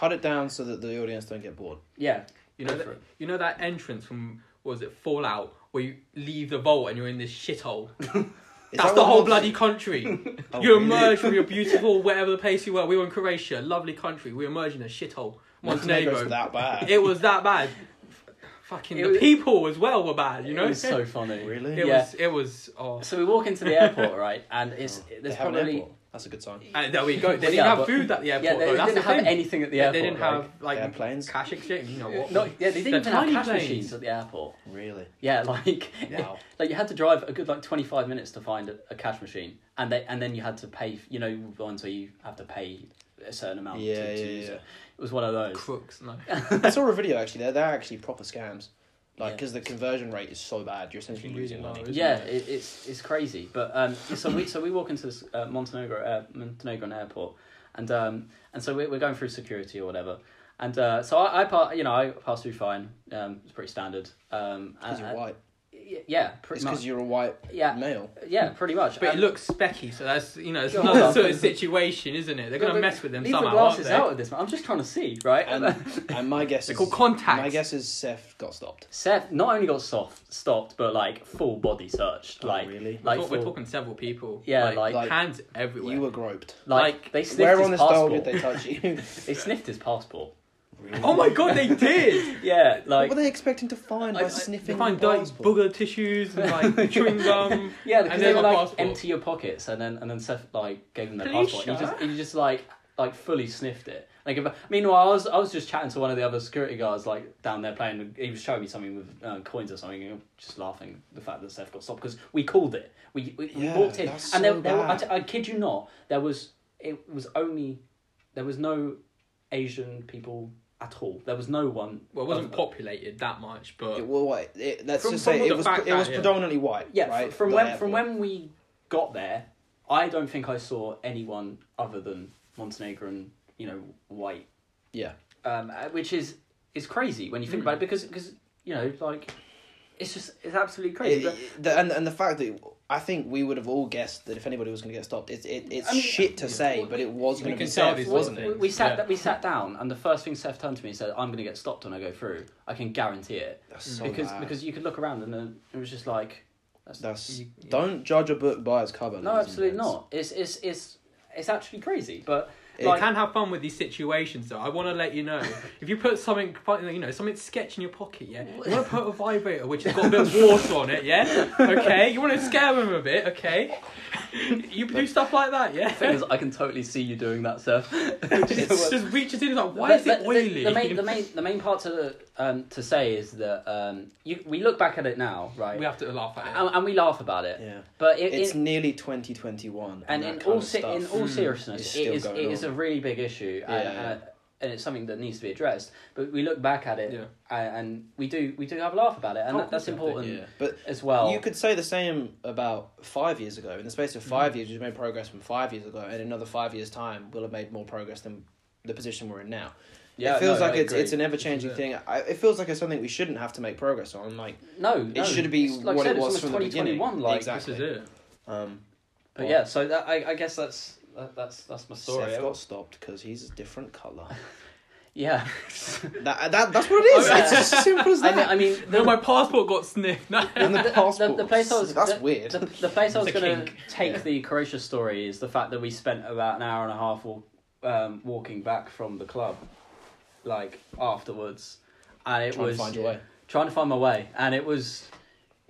Speaker 1: cut it down so that the audience don't get bored.
Speaker 2: Yeah.
Speaker 3: You know,
Speaker 2: Go
Speaker 3: that,
Speaker 2: for it.
Speaker 3: you know that entrance from what was it Fallout, where you leave the vault and you're in this shithole.
Speaker 1: Is
Speaker 3: That's
Speaker 1: that
Speaker 3: the
Speaker 1: what
Speaker 3: whole
Speaker 1: Monty-
Speaker 3: bloody country.
Speaker 1: Oh,
Speaker 3: you
Speaker 1: really?
Speaker 3: emerge from your beautiful whatever the place you were. We were in Croatia, lovely country. We emerged in a shithole,
Speaker 1: Montenegro's
Speaker 3: Montenegro.
Speaker 1: that bad.
Speaker 3: It was that bad. Fucking
Speaker 2: It
Speaker 3: the
Speaker 2: was-
Speaker 3: people as well were bad. You know,
Speaker 2: it was so funny.
Speaker 1: Really?
Speaker 3: It
Speaker 2: yeah.
Speaker 3: was. It was. Oh,
Speaker 2: So we walk into the airport, right? And it's
Speaker 1: Oh. They
Speaker 2: there's
Speaker 1: have an
Speaker 2: probably
Speaker 1: airport. That's a good sign.
Speaker 3: and Uh, there we go. They
Speaker 2: Well,
Speaker 3: didn't
Speaker 2: yeah,
Speaker 3: have
Speaker 2: but-
Speaker 3: food at the airport.
Speaker 2: Yeah, they,
Speaker 3: though.
Speaker 2: they
Speaker 3: That's
Speaker 2: didn't
Speaker 3: the
Speaker 2: have
Speaker 3: thing.
Speaker 2: anything at the
Speaker 3: They-
Speaker 2: airport.
Speaker 3: they didn't
Speaker 2: like-
Speaker 3: have like
Speaker 1: Airplanes.
Speaker 3: cash exchange. You know what?
Speaker 2: No, yeah, they didn't
Speaker 3: They're
Speaker 2: even have
Speaker 3: tiny
Speaker 2: cash
Speaker 3: planes.
Speaker 2: machines at the airport.
Speaker 1: Really?
Speaker 2: Yeah, like
Speaker 1: Wow.
Speaker 2: like you had to drive a good like twenty five minutes to find a, a cash machine, and they and then you had to pay. You know, ones where you have to pay a certain amount
Speaker 1: Yeah,
Speaker 2: to, to
Speaker 1: yeah,
Speaker 2: use
Speaker 1: yeah.
Speaker 2: it. It was one of those.
Speaker 3: Crooks. No.
Speaker 1: I saw a video actually. They're, they're actually proper scams. Like,
Speaker 2: Yeah.
Speaker 1: because the conversion rate is so bad, you're essentially
Speaker 3: It's really
Speaker 1: losing
Speaker 3: low,
Speaker 1: money.
Speaker 3: isn't
Speaker 2: yeah, it,
Speaker 3: it?
Speaker 2: it's it's crazy. But um, so we so we walk into this uh, Montenegro uh, Montenegro airport, and um, and so we're, we're going through security or whatever. And uh, so I, I pa- you know I passed through fine. Um, it's pretty standard. Um,
Speaker 1: Because
Speaker 2: and-
Speaker 1: you're white.
Speaker 2: y- yeah, pretty
Speaker 1: It's because
Speaker 2: much.
Speaker 1: you're a white
Speaker 2: Yeah,
Speaker 1: male.
Speaker 2: yeah, pretty much.
Speaker 3: But
Speaker 2: Um,
Speaker 3: it looks specky, so that's you know it's
Speaker 2: Yeah,
Speaker 3: another
Speaker 2: well,
Speaker 3: sort of
Speaker 2: that's-
Speaker 3: situation, isn't it? They're
Speaker 2: Yeah,
Speaker 3: gonna
Speaker 2: but
Speaker 3: mess with them
Speaker 2: leave
Speaker 3: somehow,
Speaker 2: the glasses
Speaker 3: aren't they?
Speaker 2: out of this, man. I'm just trying to see, right?
Speaker 1: And, and my guess
Speaker 3: They're
Speaker 1: is.
Speaker 3: called contacts.
Speaker 1: My guess is Seth got stopped.
Speaker 2: Seth not only got soft stopped, but like full body searched,
Speaker 1: Oh,
Speaker 2: like
Speaker 1: really?
Speaker 2: like
Speaker 3: We're- we're
Speaker 2: full-
Speaker 3: talking several people.
Speaker 2: Yeah,
Speaker 3: like,
Speaker 1: like-
Speaker 3: hands everywhere.
Speaker 1: You were groped.
Speaker 2: like,
Speaker 3: like,
Speaker 2: they sniffed
Speaker 1: Where
Speaker 2: his
Speaker 1: on this doll
Speaker 2: passport.
Speaker 1: did they
Speaker 2: they...
Speaker 1: touch you?
Speaker 2: sniffed his passport.
Speaker 3: Oh my god, they did!
Speaker 2: Yeah,
Speaker 1: what
Speaker 2: like
Speaker 1: were they expecting to find by
Speaker 3: Like,
Speaker 1: sniffing?
Speaker 3: they find
Speaker 1: the
Speaker 3: like
Speaker 1: passport?
Speaker 3: booger tissues and like chewing gum.
Speaker 2: yeah, because
Speaker 3: and
Speaker 2: they
Speaker 3: then
Speaker 2: were
Speaker 3: my
Speaker 2: like
Speaker 3: passport.
Speaker 2: empty your pockets, and then and then Seth like gave them their
Speaker 3: Please,
Speaker 2: passport. He
Speaker 3: sir?
Speaker 2: just he just like like fully sniffed it. Like if- meanwhile, I was I was just chatting to one of the other security guards like down there playing. He was showing me something with uh, coins or something, and just laughing at the fact that Seth got stopped because we called it. We we,
Speaker 1: Yeah,
Speaker 2: we walked in,
Speaker 1: that's
Speaker 2: and there,
Speaker 1: so
Speaker 2: there were, I,
Speaker 1: bad.
Speaker 2: t- I kid you not, there was it was only there was no Asian people at all. There was no one.
Speaker 3: Well, it wasn't
Speaker 2: of-
Speaker 3: populated that much, but
Speaker 1: It, well, wait, it, let's
Speaker 3: From-
Speaker 1: just
Speaker 3: from
Speaker 1: say
Speaker 3: the
Speaker 1: it was
Speaker 3: fact
Speaker 1: it was
Speaker 3: that, yeah.
Speaker 1: predominantly white.
Speaker 2: Yeah, f-
Speaker 1: right?
Speaker 2: from
Speaker 1: The
Speaker 2: when
Speaker 1: airport.
Speaker 2: from when we got there, I don't think I saw anyone other than Montenegrin, you know, white,
Speaker 1: Yeah,
Speaker 2: um, uh, which is is crazy when you think about
Speaker 1: Hmm.
Speaker 2: it because because you know like it's just it's absolutely crazy.
Speaker 1: It-
Speaker 2: But,
Speaker 1: it- the- and and the fact that I think we would have all guessed that if anybody was going to get stopped, it's it, it's
Speaker 2: I mean,
Speaker 1: shit to say, but it was
Speaker 3: we
Speaker 1: going to
Speaker 3: can
Speaker 1: be
Speaker 3: tell
Speaker 1: Seth,
Speaker 3: these
Speaker 1: wasn't
Speaker 3: little
Speaker 1: it?
Speaker 2: we, we sat
Speaker 3: Yeah.
Speaker 2: we sat down and the first thing Seth turned to me and said, "I'm going to get stopped when I go through. I can guarantee it
Speaker 1: That's so
Speaker 2: because
Speaker 1: bad.
Speaker 2: because you could look around and then it was just like
Speaker 1: That's
Speaker 3: You-
Speaker 1: don't judge a book by its cover. ladies
Speaker 2: no,
Speaker 1: and
Speaker 2: absolutely
Speaker 1: gents.
Speaker 2: not. It's it's it's it's actually crazy, but
Speaker 1: It
Speaker 3: you can have fun with these situations, though. I want to let you know if you put something, quite- you know, something sketch in your pocket, yeah. You want to put a vibrator which has got a bit of water on it, yeah. Okay. You want to scare them a bit, okay. You do stuff like that, yeah.
Speaker 2: thing is, I can totally see you doing that, Seth.
Speaker 3: Just, just reaches in, it's like, why is it oily?
Speaker 2: The, main, the main, the main part to um, to say is that um, you, we look back at it now, right?
Speaker 3: we have to laugh at it.
Speaker 2: and, and we laugh about it.
Speaker 1: yeah.
Speaker 2: But it,
Speaker 1: It's
Speaker 2: it-
Speaker 1: nearly 2021.
Speaker 2: and
Speaker 1: that
Speaker 2: in
Speaker 1: kind
Speaker 2: all
Speaker 1: of
Speaker 2: se- in
Speaker 1: stuff.
Speaker 2: all
Speaker 3: Mm.
Speaker 1: It's
Speaker 2: seriousness, it
Speaker 1: still
Speaker 2: is it
Speaker 1: going
Speaker 2: is
Speaker 1: on.
Speaker 2: a really big issue, and,
Speaker 1: Yeah.
Speaker 2: and, and it's something that needs to be addressed. But we look back at it,
Speaker 3: Yeah.
Speaker 2: and, and we do we do have a laugh about it, and
Speaker 3: Oh,
Speaker 2: that, that's
Speaker 3: of course we
Speaker 2: important
Speaker 1: Yeah. But
Speaker 2: as well. Mm-hmm.
Speaker 1: You could say the same about five years ago. In the space of 5 years, we've made progress from five years ago, and in another five years' time, we'll have made more progress than the position we're in now.
Speaker 2: Yeah,
Speaker 1: it feels
Speaker 2: no,
Speaker 1: like
Speaker 2: I
Speaker 1: it's
Speaker 2: agree.
Speaker 1: it's an ever changing
Speaker 3: Yeah.
Speaker 1: thing. I, it feels like it's something we shouldn't have to make progress on. Like
Speaker 2: no,
Speaker 1: it
Speaker 2: no.
Speaker 1: should be
Speaker 2: It's like I
Speaker 1: what it
Speaker 2: said, it's
Speaker 1: was
Speaker 2: almost
Speaker 1: from the beginning.
Speaker 2: 2021, like,
Speaker 3: this
Speaker 1: exactly.
Speaker 3: is it.
Speaker 1: Um,
Speaker 2: But yeah, so that, I, I guess that's that, that's that's my story.
Speaker 1: Seth got stopped because he's a different color.
Speaker 2: yeah,
Speaker 1: that, that that's what it is.
Speaker 2: Oh, yeah.
Speaker 1: It's just as simple as
Speaker 2: I
Speaker 1: that.
Speaker 2: mean, I mean, the,
Speaker 3: No, my passport got sniffed. No.
Speaker 1: and the,
Speaker 2: the- the-
Speaker 1: passport.
Speaker 2: the place I was-
Speaker 1: that's
Speaker 2: the-
Speaker 1: weird.
Speaker 2: the, the place I was
Speaker 3: The
Speaker 2: going to
Speaker 3: kink.
Speaker 2: take
Speaker 1: Yeah.
Speaker 2: the Croesus story is the fact that we spent about an hour and a half walk, um, walking back from the club, like afterwards, and it
Speaker 1: Trying
Speaker 2: was
Speaker 1: to find your way.
Speaker 2: trying to find my way, and it was.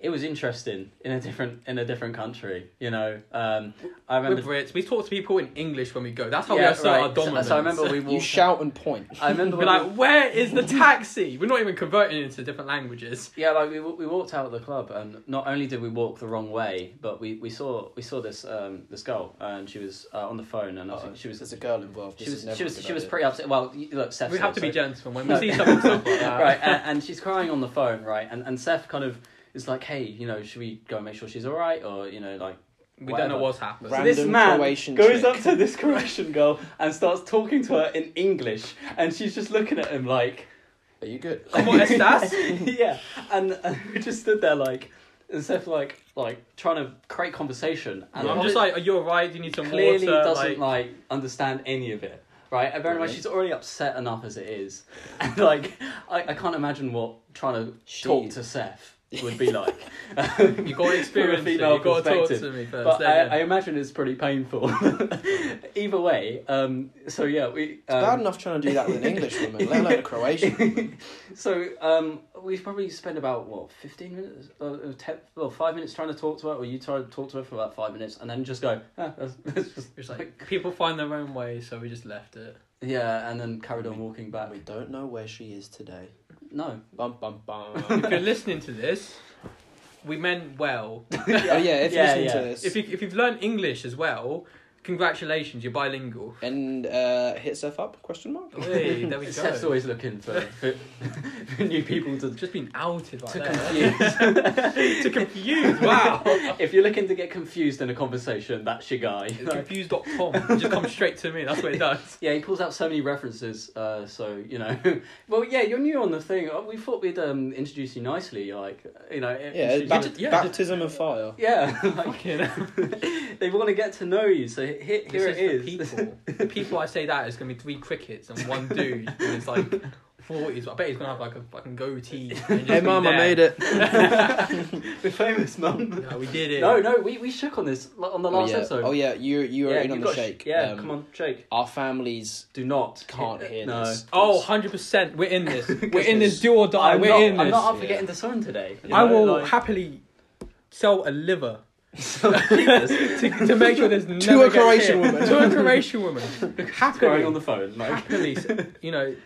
Speaker 2: It was interesting in a different in a different country, you know. Um, I
Speaker 3: We're
Speaker 2: remember,
Speaker 3: Brits. We talk to people in English when we go. That's how we
Speaker 2: yeah,
Speaker 3: assert our
Speaker 2: right. So,
Speaker 3: dominance.
Speaker 2: so I remember we
Speaker 1: you
Speaker 2: walked.
Speaker 1: shout and point.
Speaker 2: I remember
Speaker 3: We're
Speaker 2: when we-
Speaker 3: like, where is the taxi? We're not even converting it into different languages.
Speaker 2: Yeah, like we wa- we walked out of the club, and not only did we walk the wrong way, but we, we saw we saw this um this girl, and she was uh, on the phone, and I think she was
Speaker 1: There's a girl involved.
Speaker 2: she
Speaker 1: This
Speaker 2: was
Speaker 1: is never
Speaker 2: she
Speaker 1: a
Speaker 2: was
Speaker 1: good
Speaker 2: she was
Speaker 1: idea.
Speaker 2: pretty upset. Well, you- look, Seth.
Speaker 3: We have to be uh,
Speaker 2: gentle.
Speaker 3: gentle when we see something stuff like that.
Speaker 2: right, and, and she's crying on the phone, right, and and Seth kind of is like, hey, you know, should we go and make sure she's all right, or you know, like.
Speaker 3: We
Speaker 2: Whatever.
Speaker 3: don't know what's happened.
Speaker 1: Right.
Speaker 2: So this
Speaker 1: Random
Speaker 2: man
Speaker 1: Croatian
Speaker 2: goes
Speaker 1: chick.
Speaker 2: up to this Croatian girl and starts talking to her in English, and she's just looking at him like,
Speaker 1: Are you good?
Speaker 3: Como estas?
Speaker 2: yeah, and, and we just stood there like, instead of like like trying to create conversation, and
Speaker 3: I'm just like, are you alright? Do you need some
Speaker 2: clearly
Speaker 3: water?
Speaker 2: doesn't like...
Speaker 3: like,
Speaker 2: understand any of it, right? And bear in mind
Speaker 1: Brilliant.
Speaker 2: she's already upset enough as it is, and like I, I can't imagine what trying to
Speaker 1: She-
Speaker 2: talk to Seth would be like.
Speaker 3: you got to experience it. You
Speaker 2: female
Speaker 3: got to talk
Speaker 2: perspective.
Speaker 3: to me first.
Speaker 2: But I,
Speaker 3: then,
Speaker 2: I
Speaker 3: yeah.
Speaker 2: imagine it's pretty painful. Either way, um, so yeah, we. Um,
Speaker 1: Bad enough trying to do that with an English woman, let alone a Croatian woman.
Speaker 2: So um, we've probably spent about what fifteen minutes, uh, ten, well, five minutes trying to talk to her, or you try to talk to her for about five minutes, and then just go, ah, that's, that's just,
Speaker 3: It's like people find their own way, so we just left it.
Speaker 2: yeah, and then carried on walking back.
Speaker 1: We don't know where she is today.
Speaker 2: No,
Speaker 1: Bum bum bum.
Speaker 3: If you're listening to this, we meant well.
Speaker 1: Oh yeah, if you're
Speaker 2: Yeah,
Speaker 1: listening
Speaker 2: yeah.
Speaker 1: to this
Speaker 3: If you if you've learned English as well, congratulations, you're bilingual.
Speaker 1: and uh, hit Seth up? Question mark.
Speaker 3: Hey, there we go.
Speaker 2: Seth's always looking for, for, for new people to
Speaker 3: just been outed right
Speaker 2: to
Speaker 3: there.
Speaker 2: confuse.
Speaker 3: to confuse. Wow.
Speaker 2: if you're looking to get confused in a conversation, that's your guy. Like,
Speaker 3: Confused.com. It just comes straight to me. That's what it does.
Speaker 2: yeah, he pulls out so many references. Uh, so you know, well, yeah, you're new on the thing. Uh, We thought we'd um, introduce you nicely, like you know.
Speaker 1: Yeah,
Speaker 2: introduce-
Speaker 1: bap-
Speaker 3: just- yeah, just-
Speaker 1: baptism of fire.
Speaker 2: Yeah, like,
Speaker 3: Fucking hell.
Speaker 2: they want to get to know you. So he- here, here
Speaker 3: this
Speaker 2: it
Speaker 3: is
Speaker 2: is.
Speaker 3: the people. the people I say that is gonna be three crickets and one dude in his like forties. I bet he's gonna have like a fucking goatee.
Speaker 1: Hey mum, I made it.
Speaker 2: We're famous, mum.
Speaker 3: No, we did it.
Speaker 2: No, no, we, we shook on this like, on the
Speaker 1: Oh
Speaker 2: last
Speaker 1: yeah.
Speaker 2: episode.
Speaker 1: oh yeah, you you are
Speaker 2: Yeah,
Speaker 1: in on
Speaker 2: you've
Speaker 1: the
Speaker 2: got sh-
Speaker 1: shake.
Speaker 2: yeah,
Speaker 1: Um,
Speaker 2: come on, shake.
Speaker 1: Our families
Speaker 2: Do not
Speaker 1: can't hear
Speaker 2: no.
Speaker 1: this.
Speaker 3: Oh, 100 percent. We're in this. We're in
Speaker 1: it's-
Speaker 3: this. Do or die.
Speaker 2: I'm
Speaker 3: We're
Speaker 2: not,
Speaker 3: in this.
Speaker 2: I'm not up for
Speaker 1: yeah.
Speaker 2: getting disowned today. you
Speaker 3: I
Speaker 2: know,
Speaker 3: will
Speaker 2: like-
Speaker 3: happily sell a liver
Speaker 2: Jesus.
Speaker 3: to, to make sure there's
Speaker 1: To a
Speaker 3: never gets
Speaker 1: Croatian
Speaker 3: hit.
Speaker 1: woman.
Speaker 3: To a Croatian woman. Happily.
Speaker 2: Crying on the phone. Like.
Speaker 3: happily, you know,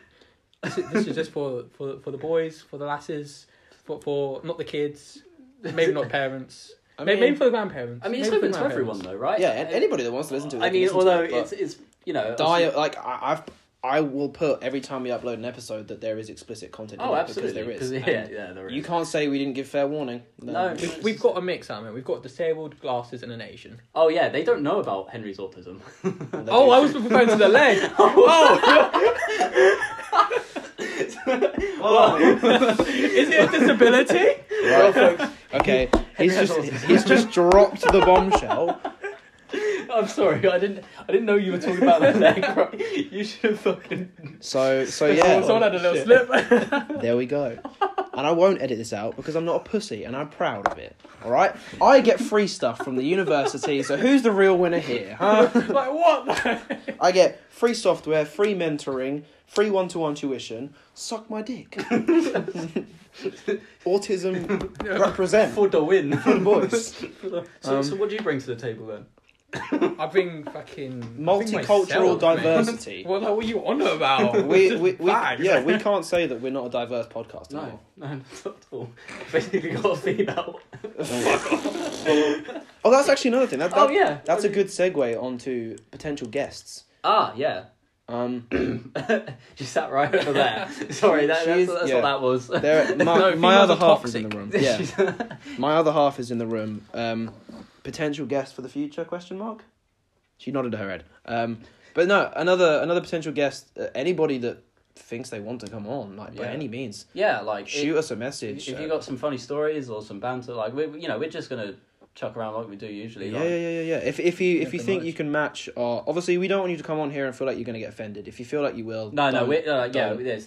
Speaker 3: this is, this is just for, for for the boys, for the lasses, for for not the kids, maybe not parents,
Speaker 1: I mean-
Speaker 3: maybe, maybe for the grandparents.
Speaker 2: I mean, it's
Speaker 3: maybe for
Speaker 2: open
Speaker 3: the
Speaker 2: to everyone, though, right?
Speaker 1: yeah, and anybody that wants to listen to it.
Speaker 2: I
Speaker 1: they can
Speaker 2: mean,
Speaker 1: listen to
Speaker 2: although
Speaker 1: it, but
Speaker 2: it's it's you know.
Speaker 1: die
Speaker 2: obviously-
Speaker 1: like I, I've I will put every time we upload an episode that there is explicit content. in
Speaker 2: Oh,
Speaker 1: it
Speaker 2: absolutely.
Speaker 1: because
Speaker 2: 'cause-
Speaker 1: there is.
Speaker 2: Yeah,
Speaker 1: And
Speaker 2: yeah, there
Speaker 1: You
Speaker 2: is.
Speaker 1: can't say we didn't give fair warning.
Speaker 2: No.
Speaker 3: We've, we've got a mix, I mean, we've got disabled, glasses, and an Asian.
Speaker 2: Oh yeah, they don't know about Henry's autism.
Speaker 1: And they
Speaker 3: Oh,
Speaker 1: do-
Speaker 3: I was referring to the leg.
Speaker 2: Oh.
Speaker 3: Is it a disability?
Speaker 1: Right. Okay, he's
Speaker 2: has
Speaker 1: just
Speaker 2: autism.
Speaker 1: he's just dropped the bombshell.
Speaker 2: I'm sorry, I didn't. I didn't know you were talking about that leg. Right? You should have fucking.
Speaker 1: So so
Speaker 2: Someone-
Speaker 1: yeah, Oh,
Speaker 3: Someone Oh, had a little
Speaker 2: Shit.
Speaker 3: slip.
Speaker 1: there we go. and I won't edit this out because I'm not a pussy and I'm proud of it. All right, I get free stuff from the university, so who's the real winner here, huh?
Speaker 3: like what? the-
Speaker 1: I get free software, free mentoring, free one to one tuition. Suck my dick. Autism represent
Speaker 2: For the win.
Speaker 1: full voice.
Speaker 2: so,
Speaker 1: Um,
Speaker 2: so what do you bring to the table then?
Speaker 3: I bring fucking I bring
Speaker 1: Multicultural
Speaker 3: myself, mate.
Speaker 1: diversity.
Speaker 3: Well, like, what are you on about?
Speaker 1: we, we, we,
Speaker 3: Facts.
Speaker 1: yeah, we can't say that we're not a diverse podcast
Speaker 2: No,
Speaker 1: anymore.
Speaker 2: no, not at all. Basically, got a female.
Speaker 1: Oh, that's actually another thing. That, that,
Speaker 2: oh yeah,
Speaker 1: That's a good segue onto potential guests.
Speaker 2: Ah, yeah.
Speaker 1: Um,
Speaker 2: you sat right over there. Sorry, that,
Speaker 1: She
Speaker 2: that's,
Speaker 1: is-
Speaker 2: that's
Speaker 1: yeah.
Speaker 2: what that was.
Speaker 1: there, my,
Speaker 3: No,
Speaker 1: my
Speaker 3: females
Speaker 1: other
Speaker 3: are
Speaker 1: half is in
Speaker 3: toxic.
Speaker 1: the room. Yeah, my other half is in the room. Um, potential guest for the future? Question mark. She nodded her head. Um, but no, another another potential guest. Uh, anybody that thinks they want to come on, like by
Speaker 2: Yeah.
Speaker 1: any means,
Speaker 2: yeah, like it-
Speaker 1: shoot us a message.
Speaker 2: If
Speaker 1: Uh,
Speaker 2: you got some funny stories or some banter, like we, you know, we're just gonna chuck around like we do usually.
Speaker 1: yeah,
Speaker 2: like,
Speaker 1: yeah, yeah, yeah, yeah. If if you if you
Speaker 3: Nothing
Speaker 1: think
Speaker 3: much.
Speaker 1: you can match, or obviously we don't want you to come on here and feel like you're gonna get offended. If you feel like you will,
Speaker 2: No, no,
Speaker 1: don't.
Speaker 2: we're, uh, yeah,
Speaker 1: don't.
Speaker 2: there's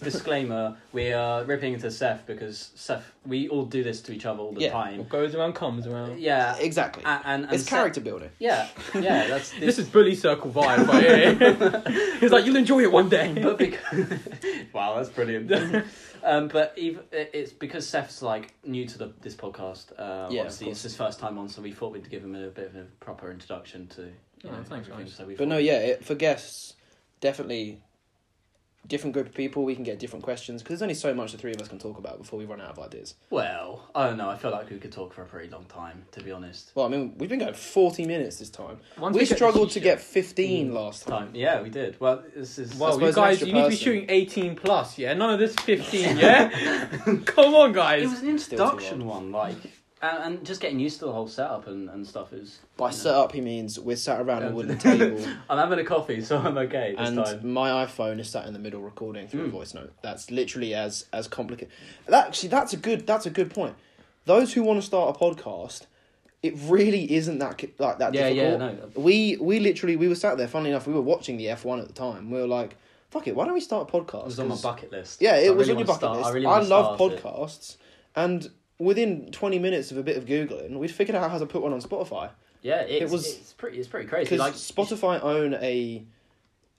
Speaker 2: disclaimer. uh, We are ripping into Seth because Seth, we all do this to each other all the
Speaker 1: Yeah.
Speaker 2: time.
Speaker 3: what goes around comes around.
Speaker 2: Yeah,
Speaker 1: Uh, exactly.
Speaker 2: and, and, and
Speaker 1: it's
Speaker 2: Seth-
Speaker 1: character building.
Speaker 2: Yeah, yeah, that's
Speaker 3: This is bully circle vibe right here. He's like, you'll enjoy it one day.
Speaker 2: but because wow, that's brilliant. um, but even it- it's because Seth's like new to the this podcast. Uh,
Speaker 1: Yeah, of
Speaker 2: obviously it's his first time on, so we thought we'd give him a bit of a proper introduction to. You
Speaker 3: Oh,
Speaker 2: know,
Speaker 3: thanks,
Speaker 2: everything,
Speaker 3: guys.
Speaker 2: So we
Speaker 1: But
Speaker 2: thought-
Speaker 1: no, yeah, it, for guests, definitely different group of people. We can get different questions because there's only so much the three of us can talk about before we run out of ideas.
Speaker 2: Well, I don't know. I feel like we could talk for a pretty long time, to be honest.
Speaker 1: Well, I mean, we've been going forty minutes this time.
Speaker 3: Once
Speaker 1: we
Speaker 3: we get the
Speaker 1: struggled to
Speaker 3: t-shirt.
Speaker 1: get fifteen last time.
Speaker 2: Time, yeah, we did. Well, this is
Speaker 1: I
Speaker 3: Well, you
Speaker 1: suppose an
Speaker 3: guys,
Speaker 1: extra
Speaker 3: you need to be
Speaker 1: person.
Speaker 3: shooting 18 plus, yeah? None of this 15, yeah? Come on,
Speaker 2: it
Speaker 3: guys.
Speaker 2: was an
Speaker 1: still too
Speaker 2: introduction one, like, and, and just getting used to the whole setup and, and stuff is.
Speaker 1: By
Speaker 2: you know.
Speaker 1: set up, he means we're sat around a
Speaker 2: Yeah.
Speaker 1: wooden table,
Speaker 2: I'm having a coffee, so I'm okay this
Speaker 1: and
Speaker 2: time.
Speaker 1: my iPhone is sat in the middle recording through a
Speaker 2: Mm.
Speaker 1: voice note. That's literally as as complicated. Actually, that's a good that's a good point. Those who want to start a podcast, it really isn't that ki- like that
Speaker 2: Yeah,
Speaker 1: difficult.
Speaker 2: yeah, no.
Speaker 1: we we literally we were sat there. Funnily enough, we were watching the F one at the time. We were like, "Fuck it, why don't we start a podcast?"
Speaker 2: It was on my
Speaker 1: 'Cause-
Speaker 2: bucket list.
Speaker 1: Yeah, it
Speaker 2: I
Speaker 1: was
Speaker 2: really
Speaker 1: on your
Speaker 2: wanna
Speaker 1: bucket
Speaker 2: start-
Speaker 1: list. I,
Speaker 2: really wanna
Speaker 1: love
Speaker 2: start it.
Speaker 1: podcasts, and within twenty minutes of a bit of googling, we'd figured out how to put one on Spotify
Speaker 2: Yeah, it's,
Speaker 1: was-
Speaker 2: It's pretty. It's pretty crazy.
Speaker 1: because
Speaker 2: Like
Speaker 1: Spotify own a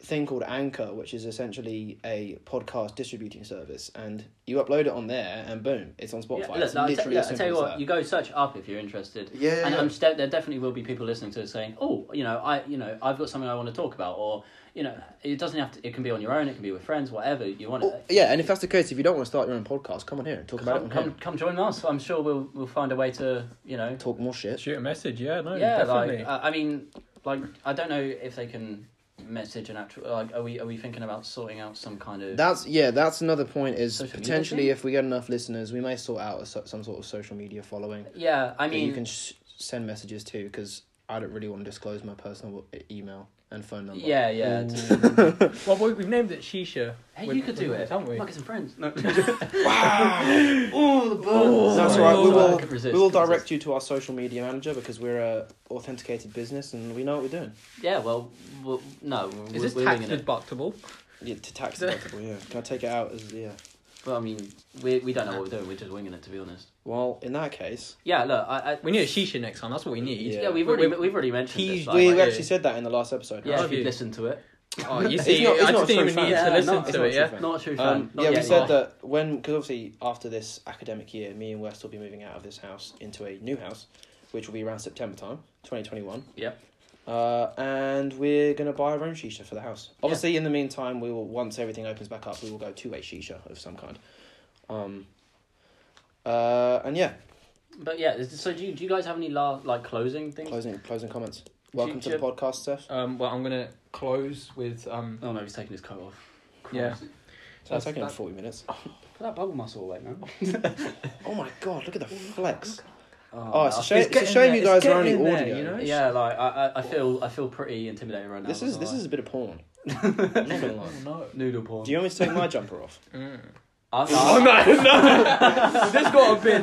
Speaker 1: thing called Anchor, which is essentially a podcast distributing service, and you upload it on there, and boom, it's on
Speaker 2: Yeah,
Speaker 1: Spotify.
Speaker 2: look,
Speaker 1: it's
Speaker 2: no, I te-
Speaker 1: literally
Speaker 2: look,
Speaker 1: as
Speaker 2: I
Speaker 1: simple
Speaker 2: tell you
Speaker 1: as
Speaker 2: what,
Speaker 1: that.
Speaker 2: you go search up if you're interested.
Speaker 1: Yeah, yeah,
Speaker 2: and
Speaker 1: yeah.
Speaker 2: I'm st- there definitely will be people listening to it saying, "Oh, you know, I, you know, I've got something I want to talk about," or you know, it doesn't have to. It can be on your own. It can be with friends. Whatever you want.
Speaker 1: Oh, yeah, and if that's the case, if you don't want to start your own podcast, come on here and talk about it.
Speaker 2: come,
Speaker 1: On
Speaker 2: come,
Speaker 1: here.
Speaker 2: come join us. I'm sure we'll we'll find a way to you know.
Speaker 1: Talk more shit.
Speaker 3: Shoot a message, yeah, no,
Speaker 2: yeah,
Speaker 3: Oh, definitely.
Speaker 2: like uh, I I mean, like I don't know if they can message an actual. Like, are we are we thinking about sorting out some kind of?
Speaker 1: That's yeah. That's another point. Is
Speaker 2: Social media
Speaker 1: potentially
Speaker 2: thing?
Speaker 1: if we get enough listeners, we may sort out a, so- some sort of social media following.
Speaker 2: yeah, I
Speaker 1: I mean,
Speaker 2: mean,
Speaker 1: you can sh- send messages too because I don't really want to disclose my personal e- email and phone number.
Speaker 2: yeah, yeah.
Speaker 3: well, we- we've named it Shisha.
Speaker 2: Hey,
Speaker 3: We're-
Speaker 2: you could do
Speaker 3: we're-
Speaker 2: it.
Speaker 3: haven't we?
Speaker 2: Might get some friends. No.
Speaker 1: Wow.
Speaker 2: Oh,
Speaker 1: That's all
Speaker 2: sorry.
Speaker 1: right. We
Speaker 2: Oh,
Speaker 1: will
Speaker 2: I could resist,
Speaker 1: we will
Speaker 2: could resist.
Speaker 1: direct you to our social media manager because we're a authenticated business and we know what we're doing.
Speaker 2: Yeah, well, well no. We're,
Speaker 3: Is this
Speaker 2: we're
Speaker 3: tax
Speaker 2: winging it.
Speaker 3: deductible?
Speaker 1: Yeah, to tax deductible. Yeah. Can I take it out as yeah?
Speaker 2: But I mean, we we don't know what we're doing. We're just winging it, to be honest.
Speaker 1: Well, in that case,
Speaker 2: Yeah, look, I, I
Speaker 3: We need a Shisha next time, that's what we need.
Speaker 2: Yeah,
Speaker 1: Yeah.
Speaker 2: we've
Speaker 3: We-
Speaker 2: already
Speaker 3: we-
Speaker 2: we've already mentioned this.
Speaker 3: teased-
Speaker 2: Like,
Speaker 1: we
Speaker 2: like,
Speaker 3: yeah.
Speaker 1: actually said that in the last episode.
Speaker 2: yeah, if
Speaker 3: you.
Speaker 2: you've listened to it,
Speaker 3: Oh, you
Speaker 1: It's
Speaker 3: see,
Speaker 1: not- it's not
Speaker 3: I just didn't
Speaker 1: true
Speaker 3: even need
Speaker 1: fact.
Speaker 3: to
Speaker 2: Yeah,
Speaker 3: listen
Speaker 2: not-
Speaker 1: it's
Speaker 3: to
Speaker 1: not
Speaker 3: it,
Speaker 1: true
Speaker 3: yeah?
Speaker 1: fact.
Speaker 2: not a true fan.
Speaker 1: Um,
Speaker 2: not
Speaker 1: yeah, we
Speaker 2: yet. Oh.
Speaker 1: said that when because obviously after this academic year, me and West will be moving out of this house into a new house, which will be around September time, twenty twenty one.
Speaker 2: Yep.
Speaker 1: Uh, and we're gonna buy our own shisha for the house. Obviously, in the meantime, we will once everything opens back up, we will go to a shisha of some kind. Um. Uh, and yeah,
Speaker 2: But yeah, is- so do you, do you guys have any la- like closing things?
Speaker 1: closing closing comments. Welcome to the
Speaker 2: Future-
Speaker 1: podcast, Steph.
Speaker 3: Um, well, I'm gonna close with um,
Speaker 2: Oh no, he's taking his coat off.
Speaker 3: yeah.
Speaker 1: So that's taking
Speaker 3: that-
Speaker 1: forty minutes.
Speaker 2: Put that bubble muscle away, man.
Speaker 1: Oh my god, look at the flex.
Speaker 2: Oh,
Speaker 1: Oh, it's a
Speaker 2: no.
Speaker 1: shame. It's,
Speaker 3: getting
Speaker 1: a shame
Speaker 3: there,
Speaker 1: you
Speaker 3: it's
Speaker 1: guys are only
Speaker 3: getting there,
Speaker 1: audio.
Speaker 3: you know?
Speaker 2: Yeah, like I, I, I feel I feel pretty intimidated right now.
Speaker 1: This
Speaker 2: not
Speaker 1: is
Speaker 2: gonna
Speaker 1: this
Speaker 2: lie.
Speaker 1: is a bit of porn. I'm not gonna lie.
Speaker 3: Oh, no.
Speaker 2: noodle porn.
Speaker 1: Do you want me to take my jumper off?
Speaker 2: I'm,
Speaker 3: Oh
Speaker 2: I'm,
Speaker 3: no, no! this got a bit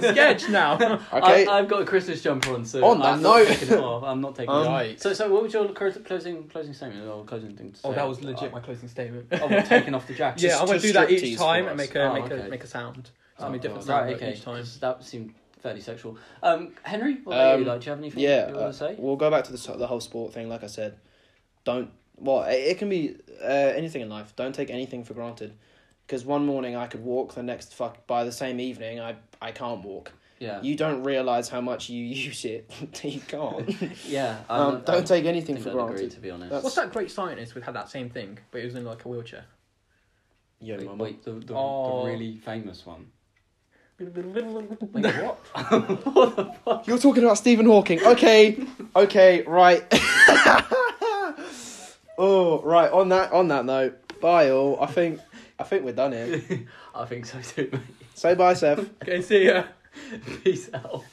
Speaker 3: sketch now.
Speaker 1: Okay.
Speaker 2: I, I've got a Christmas jumper on, so
Speaker 1: On that
Speaker 2: I'm not
Speaker 1: note.
Speaker 2: taking it off. I'm not taking it
Speaker 1: Um,
Speaker 2: off.
Speaker 3: Right.
Speaker 2: So, so what was your clo- closing closing statement or closing thing? To say?
Speaker 3: Oh, that was legit. My closing statement.
Speaker 2: Oh, well, taking off the jacket.
Speaker 3: yeah, I'm gonna
Speaker 1: just
Speaker 3: do that
Speaker 1: striptease
Speaker 3: each
Speaker 1: for
Speaker 3: time
Speaker 1: us.
Speaker 3: and make a
Speaker 2: Oh,
Speaker 3: make
Speaker 2: okay.
Speaker 3: a make a sound. Something
Speaker 2: Oh,
Speaker 3: different
Speaker 2: God.
Speaker 3: sound
Speaker 2: Right,
Speaker 3: right,
Speaker 2: okay.
Speaker 3: each time.
Speaker 2: That seemed fairly sexual. Um, Henry, what about
Speaker 1: Um,
Speaker 2: you? Like, do you have anything
Speaker 1: yeah,
Speaker 2: you
Speaker 1: uh,
Speaker 2: want to say?
Speaker 1: we'll go back to the so- the whole sport thing. Like I said, don't. Well, it, it can be uh, anything in life. Don't take anything for granted. Because one morning I could walk, the next fuck by the same evening I I can't walk.
Speaker 2: Yeah.
Speaker 1: You don't realize how much you use it. you can't.
Speaker 2: yeah. I'm
Speaker 1: um,
Speaker 2: not-
Speaker 1: don't
Speaker 2: I
Speaker 1: take anything
Speaker 2: think
Speaker 1: for
Speaker 2: I'd agree,
Speaker 1: granted.
Speaker 2: to be honest.
Speaker 1: That's-
Speaker 3: What's that great scientist who had that same thing, but he was in like a wheelchair?
Speaker 1: Yo,
Speaker 2: Wait,
Speaker 1: mama.
Speaker 2: wait, the, the,
Speaker 3: Oh.
Speaker 2: the really famous one.
Speaker 3: Wait, what?
Speaker 2: what the fuck?
Speaker 1: You're talking about Stephen Hawking. Okay, okay, right. oh, right. On that on that note, bye all. I think I think we're done here.
Speaker 2: I think so too, mate.
Speaker 1: Say bye, Seth.
Speaker 3: Okay, see ya.
Speaker 2: Peace out.